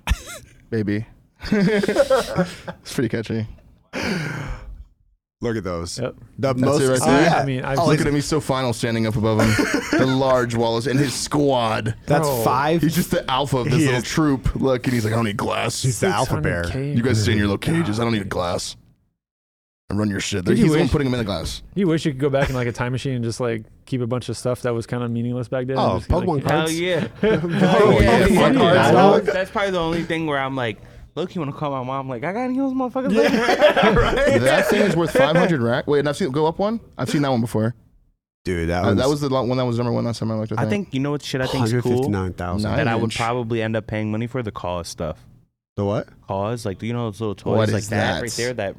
baby. it's pretty catchy.
it. Look at those.
Yep.
The
That's
most.
it right
expensive.
there?
yeah.
I mean, I've seen-
Oh, look
Look
at
at
him.
him. He's so final standing up above him. the large Wallace and his squad.
That's
Bro.
five.
He's just the alpha of this
He
little
is.
troop. Look, and he's like, I don't need glass.
He's the alpha bear.
600K.
you guys stay in your little cages. I don't need a glass. And run your shit. He's
you
the one
wish-
putting him in the glass.
You wish you could go back in like a time machine and just like keep a bunch of stuff that was kind of meaningless back then. and
Oh,
just be like,
Pokemon
yeah.
cards.
Hell yeah.
Oh,
Hell yeah.
yeah. Fuck
Yeah.
cards,
That's-
dog.
That's probably the only thing where I'm like, look, you want to call my mom? Like, I got any of those motherfuckers? later?"
that thing is worth 500 rack. Wait, and I've seen go up one. I've seen that one before.
Dude, that,
Uh,
was
that was the lo- one that was number one last time I looked. I
I
think.
think, you know what shit I think is cool?
159,000.
Nice.
That I would
Signage.
probably end up paying money for the cause stuff.
The what?
Cause, like, do you know those little toys
What
like
is
that
that?
right there? That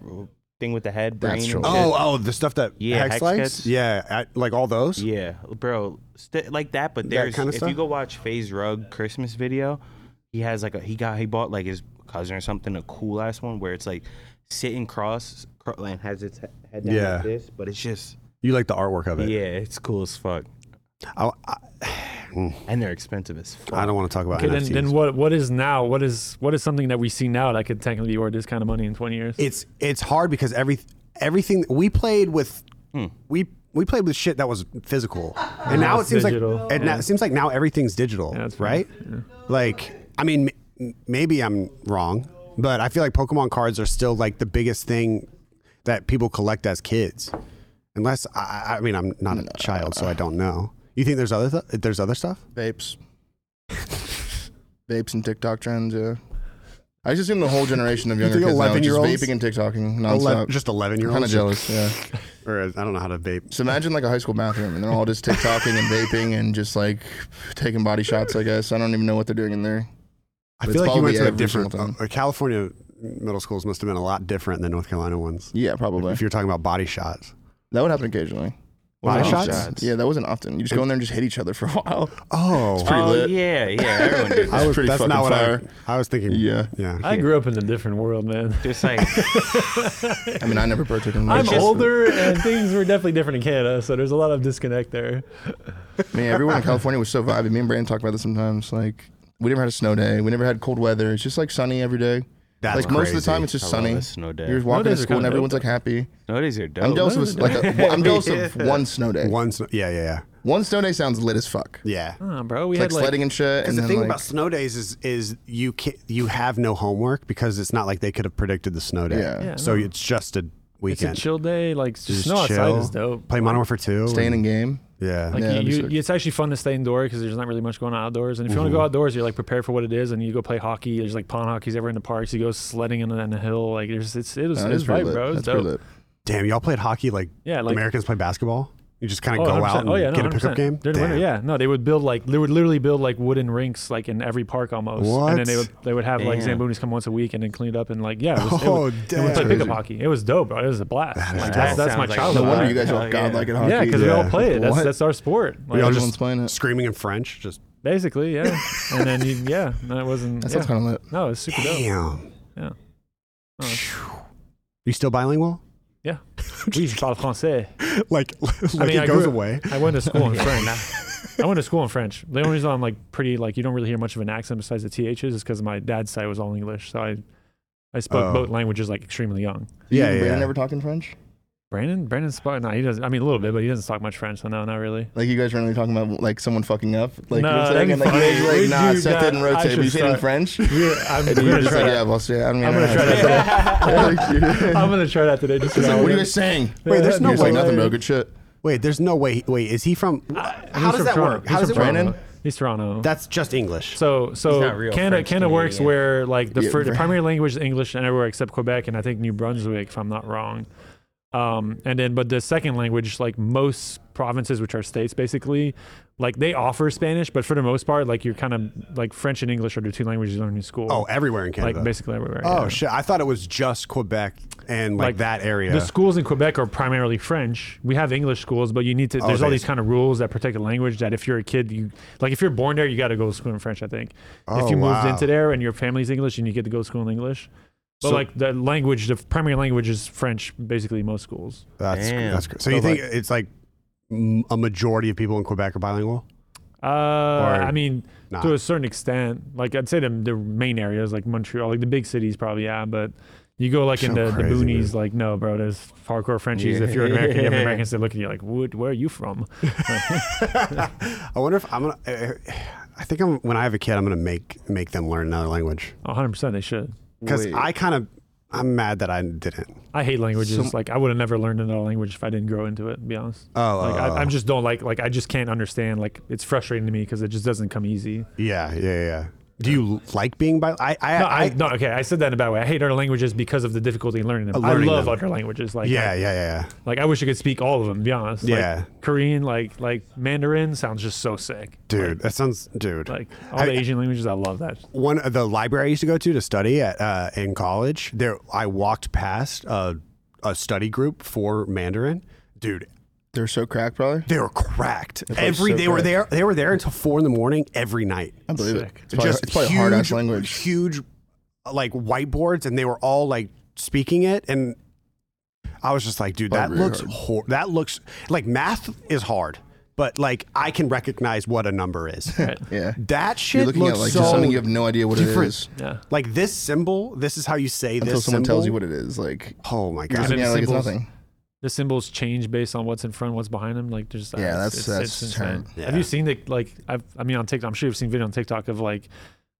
thing with the head, brain.
That's true.
and shit?
Oh, oh, the stuff that
Yeah,
Hex,
Hex
likes?
gets-
Yeah, I, like all those.
Yeah, bro, st- like that. But
That
there's
kinda
if
stuff?
you go watch Phase Rug Christmas video, he has like a he got he bought like his cousin or something a cool ass one where it's like sitting cross cro- and has its he- head down
Yeah.
like this, but it's just
You like the artwork of it.
yeah, it's cool as fuck,
I, I,
and they're expensive as fuck.
I don't want to talk about
Okay,
NFTs.
then, then what? What is now? What is what is something that we see now that could technically be worth this kind of money in 20 years?
it's it's hard because every everything we played with we we played with shit that was physical, and now it
it's
seems
digital.
like and now, it seems like now everything's digital,
Yeah, that's fair.
right? Like I mean, m- maybe I'm wrong, but I feel like Pokemon cards are still like the biggest thing that people collect as kids. Unless I- I, I mean, I'm not a child, so I don't know. You think there's other th- there's other stuff?
Vapes. Vapes and TikTok trends, yeah. I just assume the whole generation of
You
younger
think
kids now is just
11-year-olds?
vaping and TikToking
Eleven,
nonstop.
just eleven year
I'm
olds.
kind of uh, jealous, yeah.
Or I don't know how to vape.
So imagine like a high school bathroom and they're all just TikToking and vaping and just like taking body shots, I guess. I don't even know what they're doing in there.
I
It's
feel like
probably
you went to a
every
different.
single time.
uh, California middle schools must have been a lot different than North Carolina ones.
Yeah, probably.
If you're talking about body shots,
That would happen occasionally.
body
Wow.
shots.
Shots.
Yeah, that wasn't often. You just go in there and just hit each other for a while.
Oh,
pretty
oh
lit.
yeah, yeah. Everyone did.
I-
that.
I was,
pretty
that's not
fucking
what
fire.
I. I was thinking.
Yeah.
yeah.
I grew up in a different world, man.
Just like
I mean, I never partook in
I'm
those.
older, and things were definitely different in Canada, so there's a lot of disconnect there.
Man, everyone in California was so vibey. Me and Brandon talk about this sometimes. Like, we never had a snow day. We never had cold weather. It's just like sunny every day.
That's
like most of the
crazy.
time, it's just
I love
sunny.
a snow day.
You're walking
days
to
are
school
kinda
and everyone's
dope, Oh,
like happy.
nowadays are dope.
I'm jealous of a- like a, I'm jealous of one snow day.
One. sn- Yeah, yeah, yeah.
One snow day sounds lit as fuck.
Yeah.
Huh, bro, we
It's like,
had like
sledding and shit.
Because
And
the
then,
thing
like,
about snow days is is you can you have no homework because it's not like they could have predicted the snow day.
Yeah.
Yeah,
so
no.
it's just a
it's a
weekend.
chill day. Like
Just
snow
chill,
outside is dope.
Play Modern Warfare Two.
staying
and-
in game.
yeah.
Like
Yeah, that'd be
you,
sick. Mm-hmm.
you, it's actually fun to stay indoors because there's not really much going on outdoors. And if you want to go outdoors, you're like prepared for what it is, and you go play hockey. There's like pond hockey's ever in the parks. You go sledding on the, on the hill. Like there's it's it was,
That
it was
is pretty
right,
lit.
bro. It was
That's pretty
dope.
lit.
Damn, y'all played hockey like
Yeah, like
Americans play basketball. You just kind
oh,
of go
100%.
out and
oh yeah, no,
get a pickup
100%.
game.
During the winter,
Damn.
yeah. No, they would build like they would literally build like wooden rinks like in every park almost. And then they
What?
would they would have like
Damn.
Zambonis come once a week and then clean it up and like yeah. It was, it
Oh
was- and we
damn.
played pickup hockey. It was dope, bro. It was a blast.
That is
Like,
dope.
that's that's
Sounds
my
like
childhood.
No wonder you guys are
Hell
all
yeah.
godlike at hockey.
yeah, because we all
Yeah.
play it. That's
What?
that's our sport. Like,
all
Everyone's
just-
playing it.
Screaming in French, just
basically, yeah. and then you, yeah, that wasn't.
That
yeah.
sounds kind of lit.
no, it's super dope.
damn.
Yeah. Oh.
Phew. You still bilingual?
Yeah. Oui, je parle français.
Like, like
mean,
it
I
goes
grew-
away.
I went to school in French. I went to school in French. The only reason I'm like pretty like you don't really hear much of an accent besides the THs is because my dad's side was all English, so I I spoke
Oh.
both languages like extremely young.
You
Yeah,
and
yeah,
Brandon
yeah.
never talked in French?
Brandon Brandon spoke no he doesn't I mean a little bit but he doesn't talk much French so no not really.
Like you guys randomly talking about like someone fucking up, like you know
Nah,
what I'm saying? And,
that'd
like,
be
you guys
funny.
are like
Would
nah,
you
Seth
not-
didn't
I
rotate,
should
but you said in
start-
French.
Yeah, I'm,
And you're
gonna
just
try
like,
that.
yeah, boss, yeah, I don't even
I'm gonna try
know how
that. today.
to say it. Like,
I'm gonna try that today. Just
It's like,
so
what are you guys saying?
Wait, there's no
You're just
way.
like nothing, bro. Good shit.
Wait, there's no way. Wait, is he from? how does that work? How does it work?
Brandon?
He's Toronto.
That's just English.
So so
not real
Canada
French
Canada works
Canadian.
where like the,
Yeah,
fir- the
right.
primary language is English and everywhere except Quebec and I think New Brunswick if I'm not wrong. Um, and then but the second language like most provinces which are states basically like they offer Spanish but for the most part like you're kind of like French and English are the two languages you learn in school.
Oh, everywhere in Canada.
like basically everywhere.
Oh
yeah.
shit! I thought it was just Quebec and like,
Like,
that area.
The schools in Quebec are primarily French. We have English schools, but you need to. There's all
Oh, they-
these kind of rules that protect the language. That if you're a kid, you like if you're born there, you got to go to school in French. I think.
Oh,
if you moved
wow.
into there and your family's English, and you get to go to school in English. But
So-
like the language, the primary language is French. Basically, most schools.
that's
Damn.
that's cr- so, You
So,
think it's like m- a majority of people in Quebec are bilingual?
Uh, I mean,
not?
to a certain extent, like I'd say the the main areas, like Montreal, like the big cities, probably yeah. But you go like in
So
the, the
crazy, dude.
boonies, like no, bro. There's hardcore Frenchies. If you're
Yeah.
American, you have Americans. They look at you like, "What? Where are you from?"
I wonder if I'm gonna. Uh, I think I'm when I have a kid, I'm gonna make make them learn another language
100. percent They should.
because
Wait.
I kind of I'm mad that I didn't.
I hate languages.
Some-
like I would have never learned another language if I didn't grow into it. To be honest,
Oh,
like
oh,
I, I
oh.
just don't like like I just can't understand. Like it's frustrating to me because it just doesn't come easy.
yeah, yeah, yeah. Do you like being bi? I, I,
No, I,
I,
no, okay, I said that in a bad way. I hate other languages because of the difficulty in learning them.
Of learning
I love
them.
other languages. Like
yeah, yeah,
I,
yeah,
like I wish I could speak all of them. To be honest, Like,
Yeah.
Korean, like like Mandarin sounds just so sick,
dude. That sounds, dude.
Like all
I-
the Asian languages, I love that.
one of the library I used to go to to study at uh, in college. There, I walked past a, a study group for Mandarin. Dude,
They're so cracked, probably.
they were cracked.
probably
Every
so
they were
cracked.
there. They were there until four in the morning every night.
I believe it.
Sick.
It's probably, it's probably a hard ass language.
Huge, uh, like whiteboards, and they were all like speaking it. And I was just like, dude, that
Probably really
looks hor- that looks like math is hard, but like I can recognize what a number is.
Yeah.
That shit
You're looking
looks
at like
so
just something you have no idea what it
different.
is
Yeah,
Like this symbol, this is how you say this.
until someone
symbol.
tells you what it is. Like,
Oh my
you're
god!
looking
Isn't it
at it like it's
symbols?
nothing.
the symbols change based on what's in front, what's behind them. Like there's
Yeah,
uh,
that's- that's
insane.
turned-
Yeah.
Have you seen the like? I've, I mean, on TikTok, I'm sure you've seen video on TikTok of like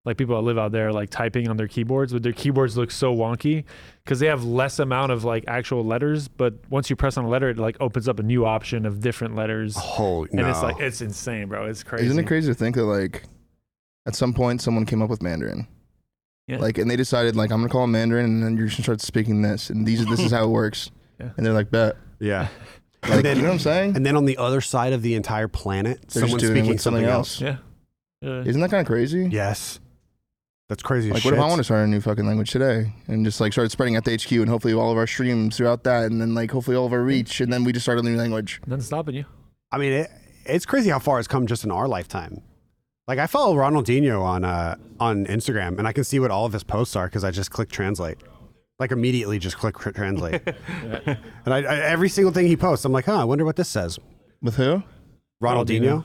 like people that live out there like typing on their keyboards, but their keyboards look so wonky because they have less amount of like actual letters. But once you press on a letter, it like opens up a new option of different letters,
Holy
and
no.
it's like it's insane, bro. It's crazy.
Oh, Isn't it crazy to think that like at some point someone came up with Mandarin?
Yeah.
Like and they decided like I'm gonna call it Mandarin and then you're just gonna start speaking this and these this is how it works.
Yeah.
And they're like bet.
yeah.
Like
then-
you know what I'm saying?
And then on the other side of the entire planet,
They're just
someone's
doing it
speaking
with something else.
Yeah. Yeah.
Isn't that kind of crazy?
Yes. That's crazy.
Like, what if I want to start a new fucking language today and just like start spreading at the HQ and hopefully all of our streams throughout that and then like hopefully all of our reach and then we just start a new language.
Nothing stopping you.
I mean, it, it's crazy how far it's come just in our lifetime. Like I follow Ronaldinho on uh, on Instagram, and I can see what all of his posts are because I just click translate, like immediately just click cr- translate, and I, I, every single thing he posts, I'm like, huh, I wonder what this says.
With who?
Ronaldinho.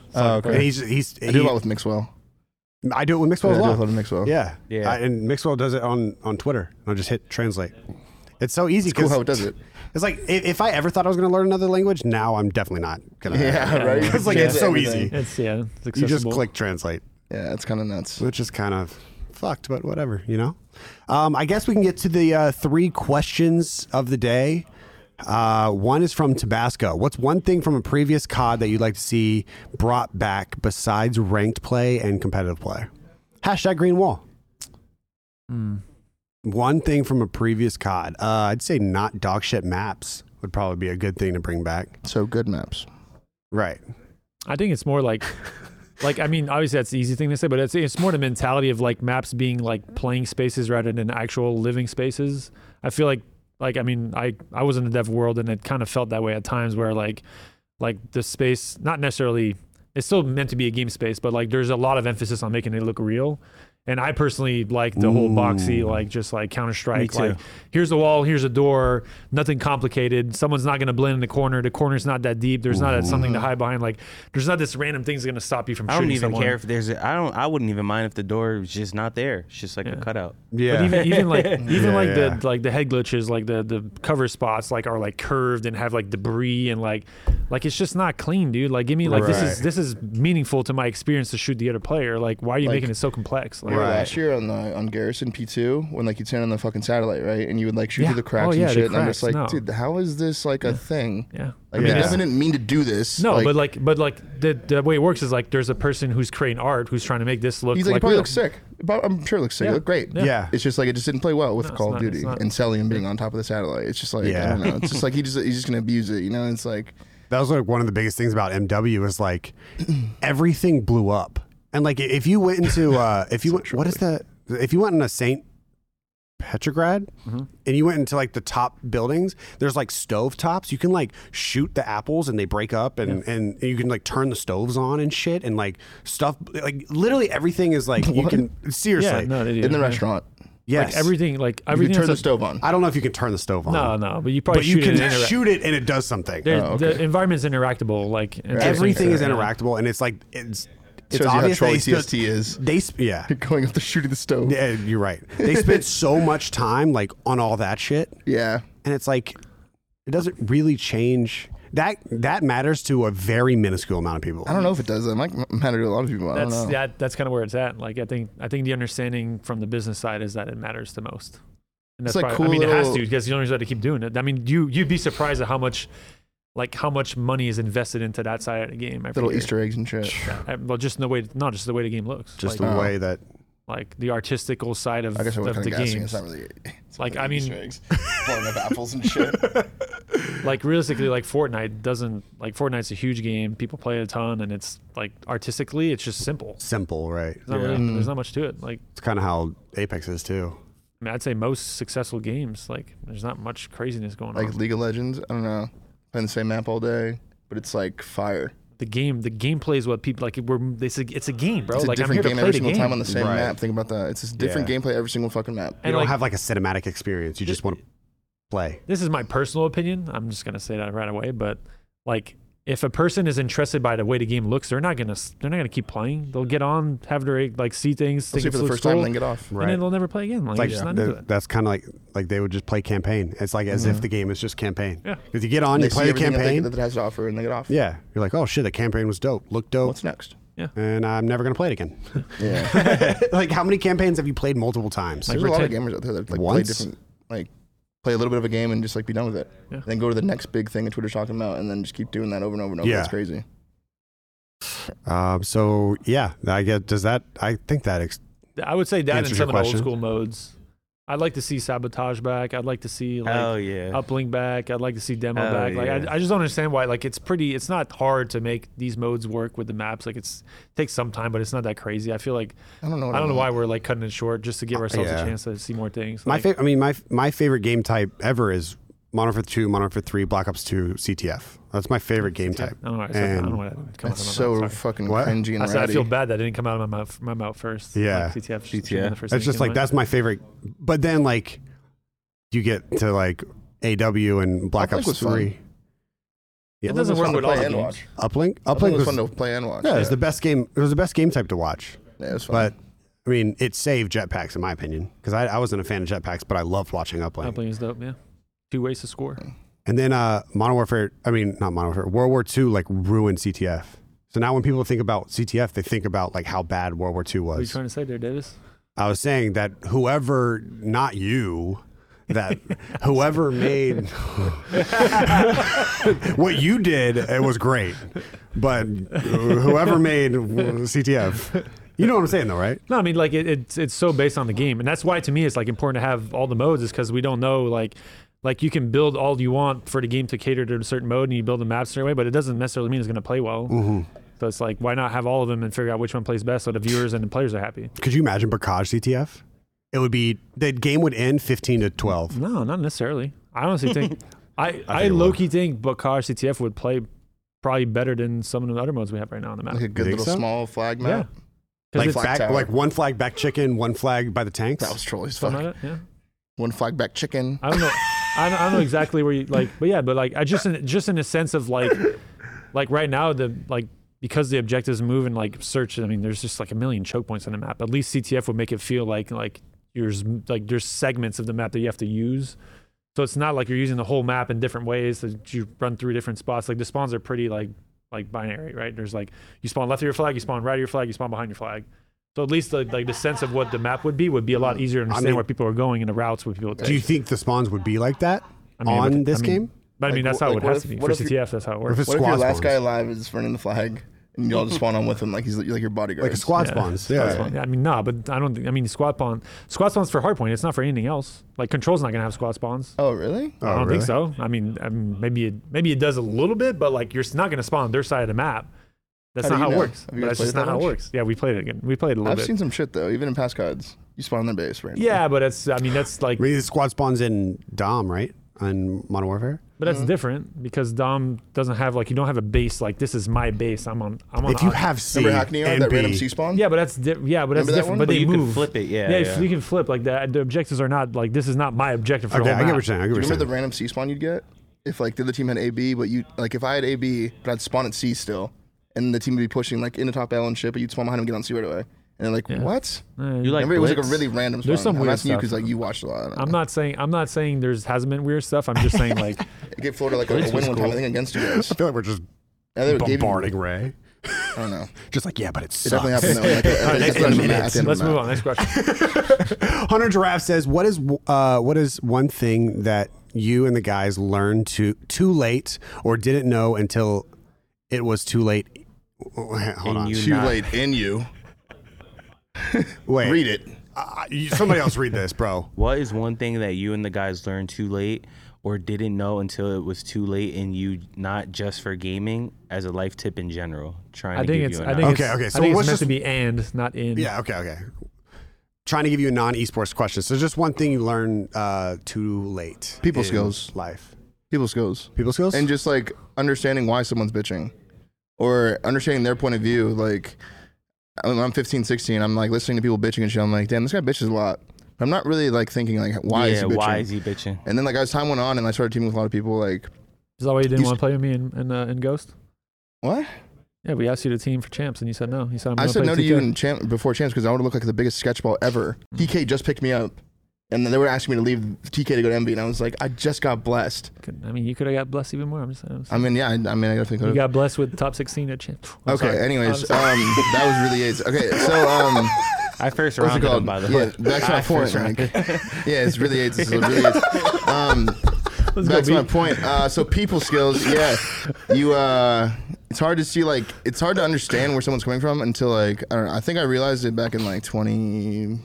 Ronaldinho.
Oh,
And
okay.
he's he's
I do a
he-
lot with Mixwell.
I do it
Yeah, I
with Mixwell
do a
as
lot
well.
with Mixwell.
Yeah,
Yeah.
I, and Mixwell does it on on Twitter. And I just hit translate. It's so easy.
Cool
'cause
how it does it.
It's like if, if I ever thought I was going to learn another language, now I'm definitely not gonna.
Yeah, right.
It's like, it's so
Everything.
easy.
It's yeah. It's accessible.
You just click translate.
Yeah, it's kind of nuts.
which is kind of fucked, but whatever, you know. Um, I guess we can get to the uh, three questions of the day. Uh, one is from Tabasco. What's one thing from a previous COD that you'd like to see brought back besides ranked play and competitive play? Hashtag Green Wall.
Mm.
One thing from a previous COD. Uh, I'd say not dog shit maps would probably be a good thing to bring back.
So good maps.
Right.
I think it's more like, like I mean, obviously that's the easy thing to say, but it's it's more the mentality of like maps being like playing spaces rather than actual living spaces. I feel like like I mean I I was in the dev world and it kind of felt that way at times where like like the space not necessarily it's still meant to be a game space, but like there's a lot of emphasis on making it look real. And I personally like the whole boxy, like just like Counter Strike,
too.
like here's a wall, here's a door, nothing complicated. Someone's not gonna blend in the corner. The corner's not that deep. There's not something to hide behind. Like there's not this random thing's gonna stop you from
I
shooting
don't even
someone.
care if there's. A, I don't. I wouldn't even mind if the door was just not there. It's just like a
Yeah.
cutout.
Yeah.
But even even like even
Yeah,
like
yeah.
the like the head glitches, like the the cover spots, like are like curved and have like debris and like like it's just not clean, dude. Like give me like this is
Right.
this is meaningful to my experience to shoot the other player. Like why are you
Like-
making it so complex? Like,
Remember
Right.
last year on the on Garrison P two when like you'd stand on the fucking satellite right and you would like shoot
Yeah.
through the cracks
Oh, yeah,
and
the
shit and I'm just like
cracks, no.
dude how is this like a thing
Yeah.
like I
mean, it's-
didn't mean to do this
No, but like, but like the, the way it works is like there's a person who's creating art who's trying to make this look.
he's like, it
like
probably
real.
looks sick But I'm sure it looks sick
Yeah.
it looked great
Yeah.
yeah.
it's just like it just didn't play well with
No,
Call
it's
of
not-
Duty
it's not.
and Celium being on top of the satellite it's just like I
Yeah.
don't know it's just like he just he's just gonna abuse it you know it's like
That was like one of the biggest things about MW is like everything blew up. And like if you went into uh if you went what is that if you went into Saint Petrograd
Mm-hmm.
and you went into like the top buildings, there's like stove tops. You can like shoot the apples and they break up and, and you can like turn the stoves on and shit and like stuff like literally everything is like you can
Yeah,
seriously.
no, they do.
in the
Yeah.
restaurant
yes.
like everything, like
you
everything.
could turn the
that's
stove on
I don't know if you can turn the stove on.
a- No, no, but you probably
But
shoot
you can
it. in interact-
shoot it and it does something.
There-
Oh, okay.
The environment's interactable. Like it's-
everything is
yeah.
interactable and it's like it's it's
shows you how
obvious
trolly
they spent-
TST is
they sp- yeah
going up to shooting the stove
yeah you're right they spent so much time like on all that shit
yeah
and it's like it doesn't really change that that matters to a very minuscule amount of people
I don't know if it does that might matter to a lot of people I don't
That's
know
that. That's kind of where it's at. Like I think I think the understanding from the business side is that it matters the most. And
It's
that's
like
probably, I
cool
mean, it has
little-
to because you don't have to keep doing it. I mean, you you'd be surprised at how much, like how much money is invested into that side of the game. every
little
year.
Easter eggs and shit
Uh, well, just in the way, not just the way the game looks,
just
like,
the
Oh.
way that
like the artistical side of,
I guess I
of
would kind
the
of guessing.
game.
It's not really. It's
Like,
not really
I mean-
Easter eggs. blowing up apples and shit.
Like realistically, like Fortnite doesn't like Fortnite's a huge game. People play it a ton, and it's like artistically, it's just simple.
simple right
There's not, really,
Mm.
there's not much to it. Like
it's kind of how apex is too
I mean, I'd say most successful games, like there's not much craziness going on.
Like League of Legends. I don't know. Playing the same map all day, but it's like fire.
the game the gameplay is what people like we're it's a, it's a game bro
It's a
like i'm here
different
to
game
play
every
the
single
game
time on the same
Right.
map. Think about that. It's just different
Yeah.
gameplay every single fucking map.
you
and
don't
like
have like a cinematic experience you just want to play
this is my personal opinion i'm just gonna say that right away but like if a person is interested by the way the game looks they're not gonna s- they're not gonna keep playing they'll get on have their like see things
Let's
think
see
it
for the
looks
first time
cool,
and then get off.
and then they'll never play again like,
like
it's not
the-
into it.
that's kind of like like they would just play campaign it's like as if the game is just campaign
Yeah.
because you get
Mm-hmm.
on
They
you play
see
the
everything that, they,
campaign
that it has to offer and they get off.
yeah you're like oh shit the campaign was dope looked dope
What's next?
Yeah.
and I'm never gonna play it again.
Yeah.
like, how many campaigns have you played multiple times?
Like-
There's a lot of gamers out there that like play
Once?
different, like play a little bit of a game and just like be done with it,
Yeah.
then go to the next big thing that Twitter's talking about, and then just keep doing that over and over and over.
Yeah.
It's crazy.
Um, so yeah, I get. Does that? I think that. Ex-
I would say that in
Answers
some
your
of the old
question.
school modes. I'd like to see sabotage back. I'd like to see like
Hell yeah.
uplink back. I'd like to see demo
Hell
back. Like
yeah.
I, I just don't understand why. Like it's pretty. It's not hard to make these modes work with the maps. Like it's takes some time, but it's not that crazy. I feel like
I don't know. What
I don't know
want.
why we're like cutting it short just to give ourselves
Uh, yeah.
a chance to see more things.
my
Like,
favorite. I mean, my my favorite game type ever is Modern Warfare Two, Modern Warfare Three, Black Ops Two, CTF. That's my favorite game type.
I don't know. Why I, said, I don't know
and-
why that didn't come
That's
out of my
so
mouth. Sorry.
fucking
What?
cringy and
I said I
ratty.
feel bad that didn't come out of my mouth my mouth first.
Yeah.
like, CTF. should be
CTF.
the first
That's
thing
just
that
like
came out.
that's my favorite. But then like, you get to like AW and Black
Uplink
Ops
was fun.
Three. Yeah,
It doesn't
It's fun
work
to
with all
play
the
and
games.
watch.
Uplink.
I think
Uplink
it was
was,
fun to play and watch.
yeah, it was the best game. It was the best game type to watch.
Yeah, it was fun.
But I mean, it saved jetpacks in my opinion because I, I wasn't a fan of jetpacks, but I loved watching Uplink.
Uplink is dope. Yeah, two ways to score.
And then uh, Modern Warfare, I mean, not Modern Warfare, World War II like ruined CTF. So now when people think about CTF, they think about like how bad World War II
What are you
was.
trying to say there, Davis?
I was saying that whoever, not you, that whoever made what you did, it was great. But whoever made CTF, you know what I'm saying though, right?
No, I mean like it, it's it's so based on the game, and that's why to me it's like important to have all the modes, is because we don't know like like you can build all you want for the game to cater to a certain mode, and you build the map a certain way, but it doesn't necessarily mean it's going to play well. So it's like why not have all of them and figure out which one plays best so the viewers and the players are happy.
Could you imagine Bacaj CTF? It would be, the game would end 15 to 12.
No, not necessarily. I honestly think I I,
it will.
low key think Bakar CTF would play probably better than some of the other modes we have right now on the map.
like a good
think
little
so?
small flag
Yeah,
map.
'Cause
Like,
it's-
flag
back,
tower.
like one flag back chicken, one flag by the tanks.
That was troll as
something
fuck.
like that, yeah.
One flag back chicken.
I don't know. I don't, I don't know exactly where you like, but yeah, but like I just in, just in a sense of like, like right now the like because the objectives move and like search. I mean, there's just like a million choke points on the map. At least CTF would make it feel like like there's like there's segments of the map that you have to use. So it's not like you're using the whole map in different ways. That you run through different spots. Like the spawns are pretty like like binary, right? There's like you spawn left of your flag, you spawn right of your flag, you spawn behind your flag. So at least like, like the sense of what the map would be would be a lot easier to understand
mean-
where people are going and the routes where people. Take.
Do you think the spawns would be like that
I mean,
on
but-
this
I mean-
game?
But I mean,
Like,
that's
wh-
how
like,
it
what
has
if-
to be
what
for
if you-
CTF. That's how it
Or if
works.
it's
What if
squad
your last
spawns?
guy alive is running the flag and y'all just spawn on with him like he's like your bodyguard?
like a squad
Yeah.
spawns.
Squad
Yeah.
spawn. I mean, nah, but I don't. think I mean, squad spawn. Squad spawn's for hardpoint. It's not for anything else. Like control's not gonna have squad spawns.
Oh really?
Oh,
I don't
really?
think so. I mean, I mean, maybe it maybe it does a little bit, but like you're s- not gonna spawn their side of the map. That's
How
not
do
how
you
it
know?
works.
Have you
But
guys
that's
played
just
that
not how it
much?
works. Yeah, we played it again. We played it a little
I've
bit.
seen some shit though, even in past cards. You spawn on their base, right?
yeah, but it's. I mean, that's like.
I mean, the squad spawns in Dom, right? On Modern Warfare.
But
Mm-hmm.
that's different because Dom doesn't have like you don't have a base. Like this is my base. I'm on. I'm on.
If you
Oc-
have C
Remember Hackney
and
that
B,
random C spawn?
Yeah, but that's di- yeah, but that's
Remember that one?
different. But,
But
they
you can
move.
flip it, yeah,
yeah,
yeah.
you can flip. Like the, the objectives are not like this is not my objective for
Okay,
the
I
whole
get what
map.
you're saying. I get
Do
what
you remember
you're
the
saying.
random C spawn you'd get? If like the other team had A B, but you like if I had A B, but I'd spawn at C still, and the team would be pushing like in the top L and shit, but you'd spawn behind him and get on C right away. And they're like, what?
um,
You like
Remember it was like a
Blitz?
really random spawn.
There's some
I'm
weird
asking you
stuff.
because like you watched a lot.
I'm not saying I'm not saying there's hasn't been weird stuff. I'm just saying like
I gave Florida like a, a win
was
one time I
cool.
think against you guys.
I feel like we're just
And they gave you-
bombarding Ray.
I don't know.
Just like yeah, but it
It
sucks.
definitely happened though. Like, at the- at the end of the match, at the end of
let's
the
move
match.
on. Next question.
Hunter Giraffe says, "What is uh, what is one thing that you and the guys learned to too late or didn't know until it was too late?" Hold
And
on.
you-
Too
Nah.
late in you.
Wait.
Read it.
Uh, you- somebody else read this, bro.
What is one thing that you and the guys learned too late or didn't know until it was too late and you not just for gaming as a life tip in general? Trying
I
to
think
give
it's
you
I
an
think
out.
Okay,
it's,
okay,
I
so
think it's
let's
meant
just-
to be and not in.
Yeah. Okay. Okay. Trying to give you a non esports question. So just one thing you learn uh, too late.
People
in
skills.
Life.
People skills.
People skills.
and just like understanding why someone's bitching or understanding their point of view like I mean, i'm 15 16 i'm like listening to people bitching and shit i'm like damn this guy bitches a lot i'm not really like thinking like why is
yeah,
he bitching
why is he bitching?
and then like as time went on and i started teaming with a lot of people like
Is that why you didn't
You
want to play with me in in, uh, in Ghost?
what
Yeah, we asked you to team for champs and you said no. You said I'm
i
gonna
said
play
no to
TK.
you in champ- before champs because i would look like the biggest sketchball ever dk just picked me up And then they were asking me to leave TK to go to MB, and I was like, I just got blessed.
Could- I mean, you could have got blessed even more. I'm just, I'm just-
I mean, yeah, I, I mean, I definitely could
you
have.
got blessed with top 16 at champ. I'm
Okay,
sorry.
anyways,
I'm
um, that was really it. Okay, so um,
I first
what's it
rounded
called?
him by the
yeah,
way.
that's my
I
point.
first
Like,
rounded.
yeah, it's really AIDS. It's really AIDS. Um,
Let's go,
That's
B.
my point. Uh, so people skills, yeah. You, uh, it's hard to see like it's hard to understand where someone's coming from until like I don't know. I think I realized it back in like 2014,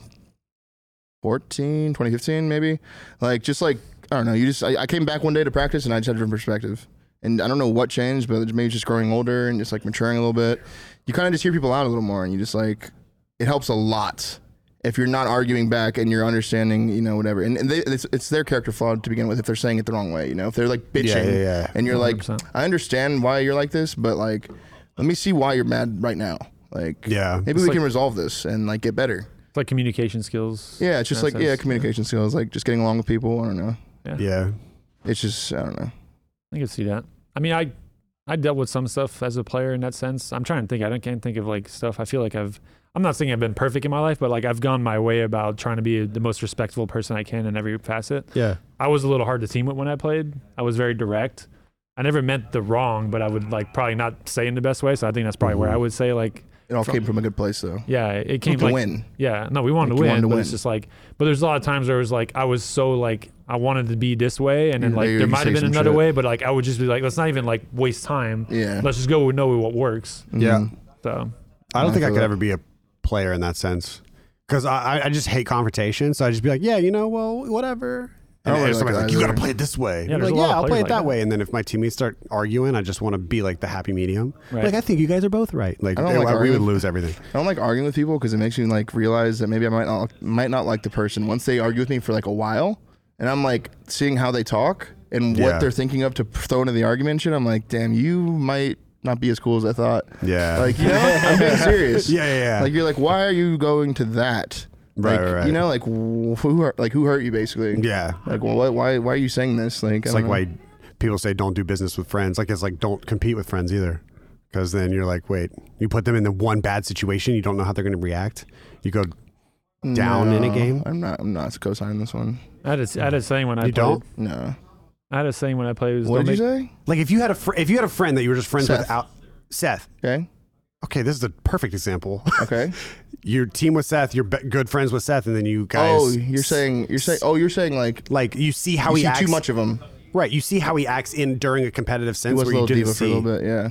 2015 maybe. Like just like I don't know. You just I, I came back one day to practice and I just had a different perspective. And I don't know what changed, but maybe just growing older and just like maturing a little bit. You kind of just hear people out a little more, and you just like it helps a lot if you're not arguing back and you're understanding, you know, whatever. And, and they, it's, it's their character flaw to begin with if they're saying it the wrong way, you know, if they're like bitching
Yeah, yeah, yeah.
and you're like,
100%.
I understand why you're like this, but like, let me see why you're mad right now. Like,
Yeah.
maybe
It's
we
like-
can resolve this and like get better.
It's like communication skills.
Yeah, it's just
in
like,
that
yeah,
sense.
communication skills, like just getting along with people. I don't know.
Yeah.
It's just, I don't know.
I can see that. I mean, I I dealt with some stuff as a player in that sense. I'm trying to think. I don't, can't think of like stuff. I feel like I've. I'm not saying I've been perfect in my life, but like I've gone my way about trying to be the most respectful person I can in every facet.
Yeah.
I was a little hard to team with when I played. I was very direct. I never meant the wrong, but I would like probably not say in the best way. So I think that's probably where I would say like,
It all came from a good place though.
yeah, it came
To
like
win.
yeah, no, we wanted
Like,
to
you
win.
wanted to
but It's
win.
just like, but there's a lot of times where it was like, I was so like, I wanted to be this way, and then
Yeah,
like
you
there might
say
have been
some
another
shit.
way, but like I would just be like, let's not even like waste time.
Yeah.
Let's just go. We know what works.
Yeah.
Mhm.
So
I don't
I
think I
feel
could
that.
ever be a player in that sense because I, I- I just hate confrontation. So I just be like, yeah, you know, well, whatever.
I don't
And
really like
somebody's
that
like, you got to
either.
play it this way.
Yeah,
I'm
there's
like,
a lot
yeah,
of
I'll play
players
it
like
that
that.
way. And then if my teammates start arguing, I just want to be like the happy medium.
Right.
Like, I think you guys are both right. Like,
I don't
they-
like
we
arguing.
would lose everything.
I don't like arguing with people because it makes me like realize that maybe I might not might not like the person once they argue with me for like a while, and I'm like seeing how they talk and what
Yeah.
they're thinking of to throw into the argument. Shit, I'm like, damn, you might not be as cool as I thought.
Yeah.
Like, you know, I'm being serious.
yeah, yeah, yeah.
Like, you're like, why are you going to that?
Right,
like,
right, right.
You know, like wh- who hurt, like who hurt you basically?
yeah.
Like, well, what, why why are you saying this? Like, I
It's
don't
like
know.
why people say don't do business with friends. Like, it's like don't compete with friends either. Because then you're like, wait, you put them in the one bad situation, you don't know how they're going to react. You go down in a
No,
game?
I'm not. I'm not co-signing this one.
I had a, I had a saying when I
You
played.
don't?
No.
I had a saying when I played. Was,
What
don't
did you
make-
say?
Like if you had a fr- if you had a friend that you were just friends
Seth.
with out Seth.
Okay.
Okay, this is a perfect example.
Okay.
your team with Seth, you're be- good friends with Seth, and then you guys.
Oh, you're saying you're saying. Oh, you're saying like
like you see how
you
he
see
acts.
too much of him.
right, you see how he acts in during a competitive
He
sense
was a
where you
little
didn't
diva for a
see.
little bit, yeah.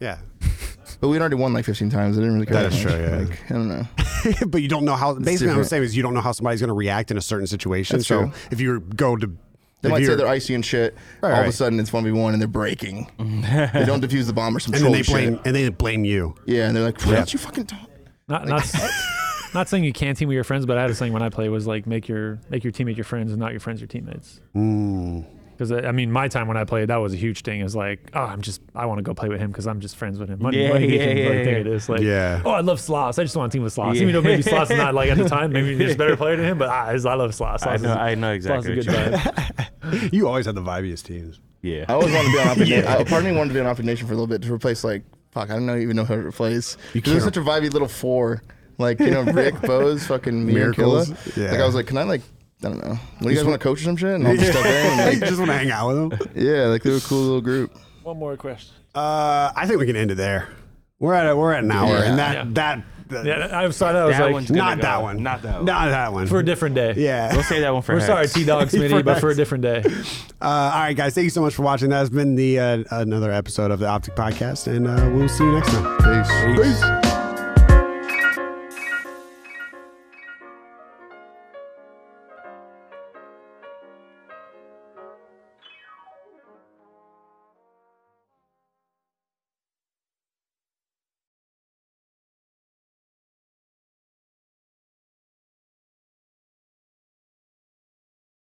Yeah,
But we'd already won like 15 times. I didn't really care.
That is
much.
true, yeah.
Like, I don't know.
but you don't know how. Basically, what I'm
different.
saying is you don't know how somebody's going to react in a certain situation.
That's
so
true.
if you go to,
They
if
might say
you're-
they're icy and shit.
Right,
all of a
right.
sudden, it's 1v1 and they're breaking. they don't defuse the bomb or some
and then
troll
they blame
shit.
and they blame you.
Yeah, and they're like, "Why don't you fucking talk?"
Not not not saying you can't team with your friends, but I had a saying when I played was like make your make your teammate your friends and not your friends your teammates.
Mm.
Because I I mean, my time when I played, that was a huge thing. It was like, oh, I'm just, I want to go play with him because I'm just friends with him. Money,
Yeah,
money
yeah,
Vision,
yeah,
like, there
yeah.
it is. Like,
Yeah.
oh, I love Sloss. I just want to team with Sloss.
Yeah.
Even though maybe Sloss is not like at the time, maybe there's a better player than him, but I, I love Sloss. Sloss
I know,
is,
I know
Sloss is a
exactly.
good
What you mean.
guy.
You always had the vibiest teams.
I
Yeah.
always wanted to be on Optic Nation. I- Part of me wanted to be on Optic Nation for a little bit to replace like, fuck, I don't know, even know who to replace.
You
Because it was
can't-
such a vibey little four, like you know, Rick, Bose, fucking Miracles.
Miracles,
Killa.
yeah.
Like I was like, can I like, I don't know, what do you guys want to coach or some shit? And I'll just step in.
you
And, like,
just want to hang out with them.
yeah, like they were a cool little group.
One more question.
Uh, I think we can end it there. We're at a, we're at an hour,
Yeah.
and that
Yeah.
that. that
Yeah, I was sorry. I was
That
like,
one's good.
Not
Gonna
that
go.
one.
Not that one.
Not that one.
for a different day.
yeah.
We'll say that one for
We're
Hex.
sorry, T Dog Smitty, but for a
Hex.
different day.
Uh, all right, guys. Thank you so much for watching. That has been the uh, another episode of the Optic Podcast, and uh, we'll see you next time.
Peace.
Peace.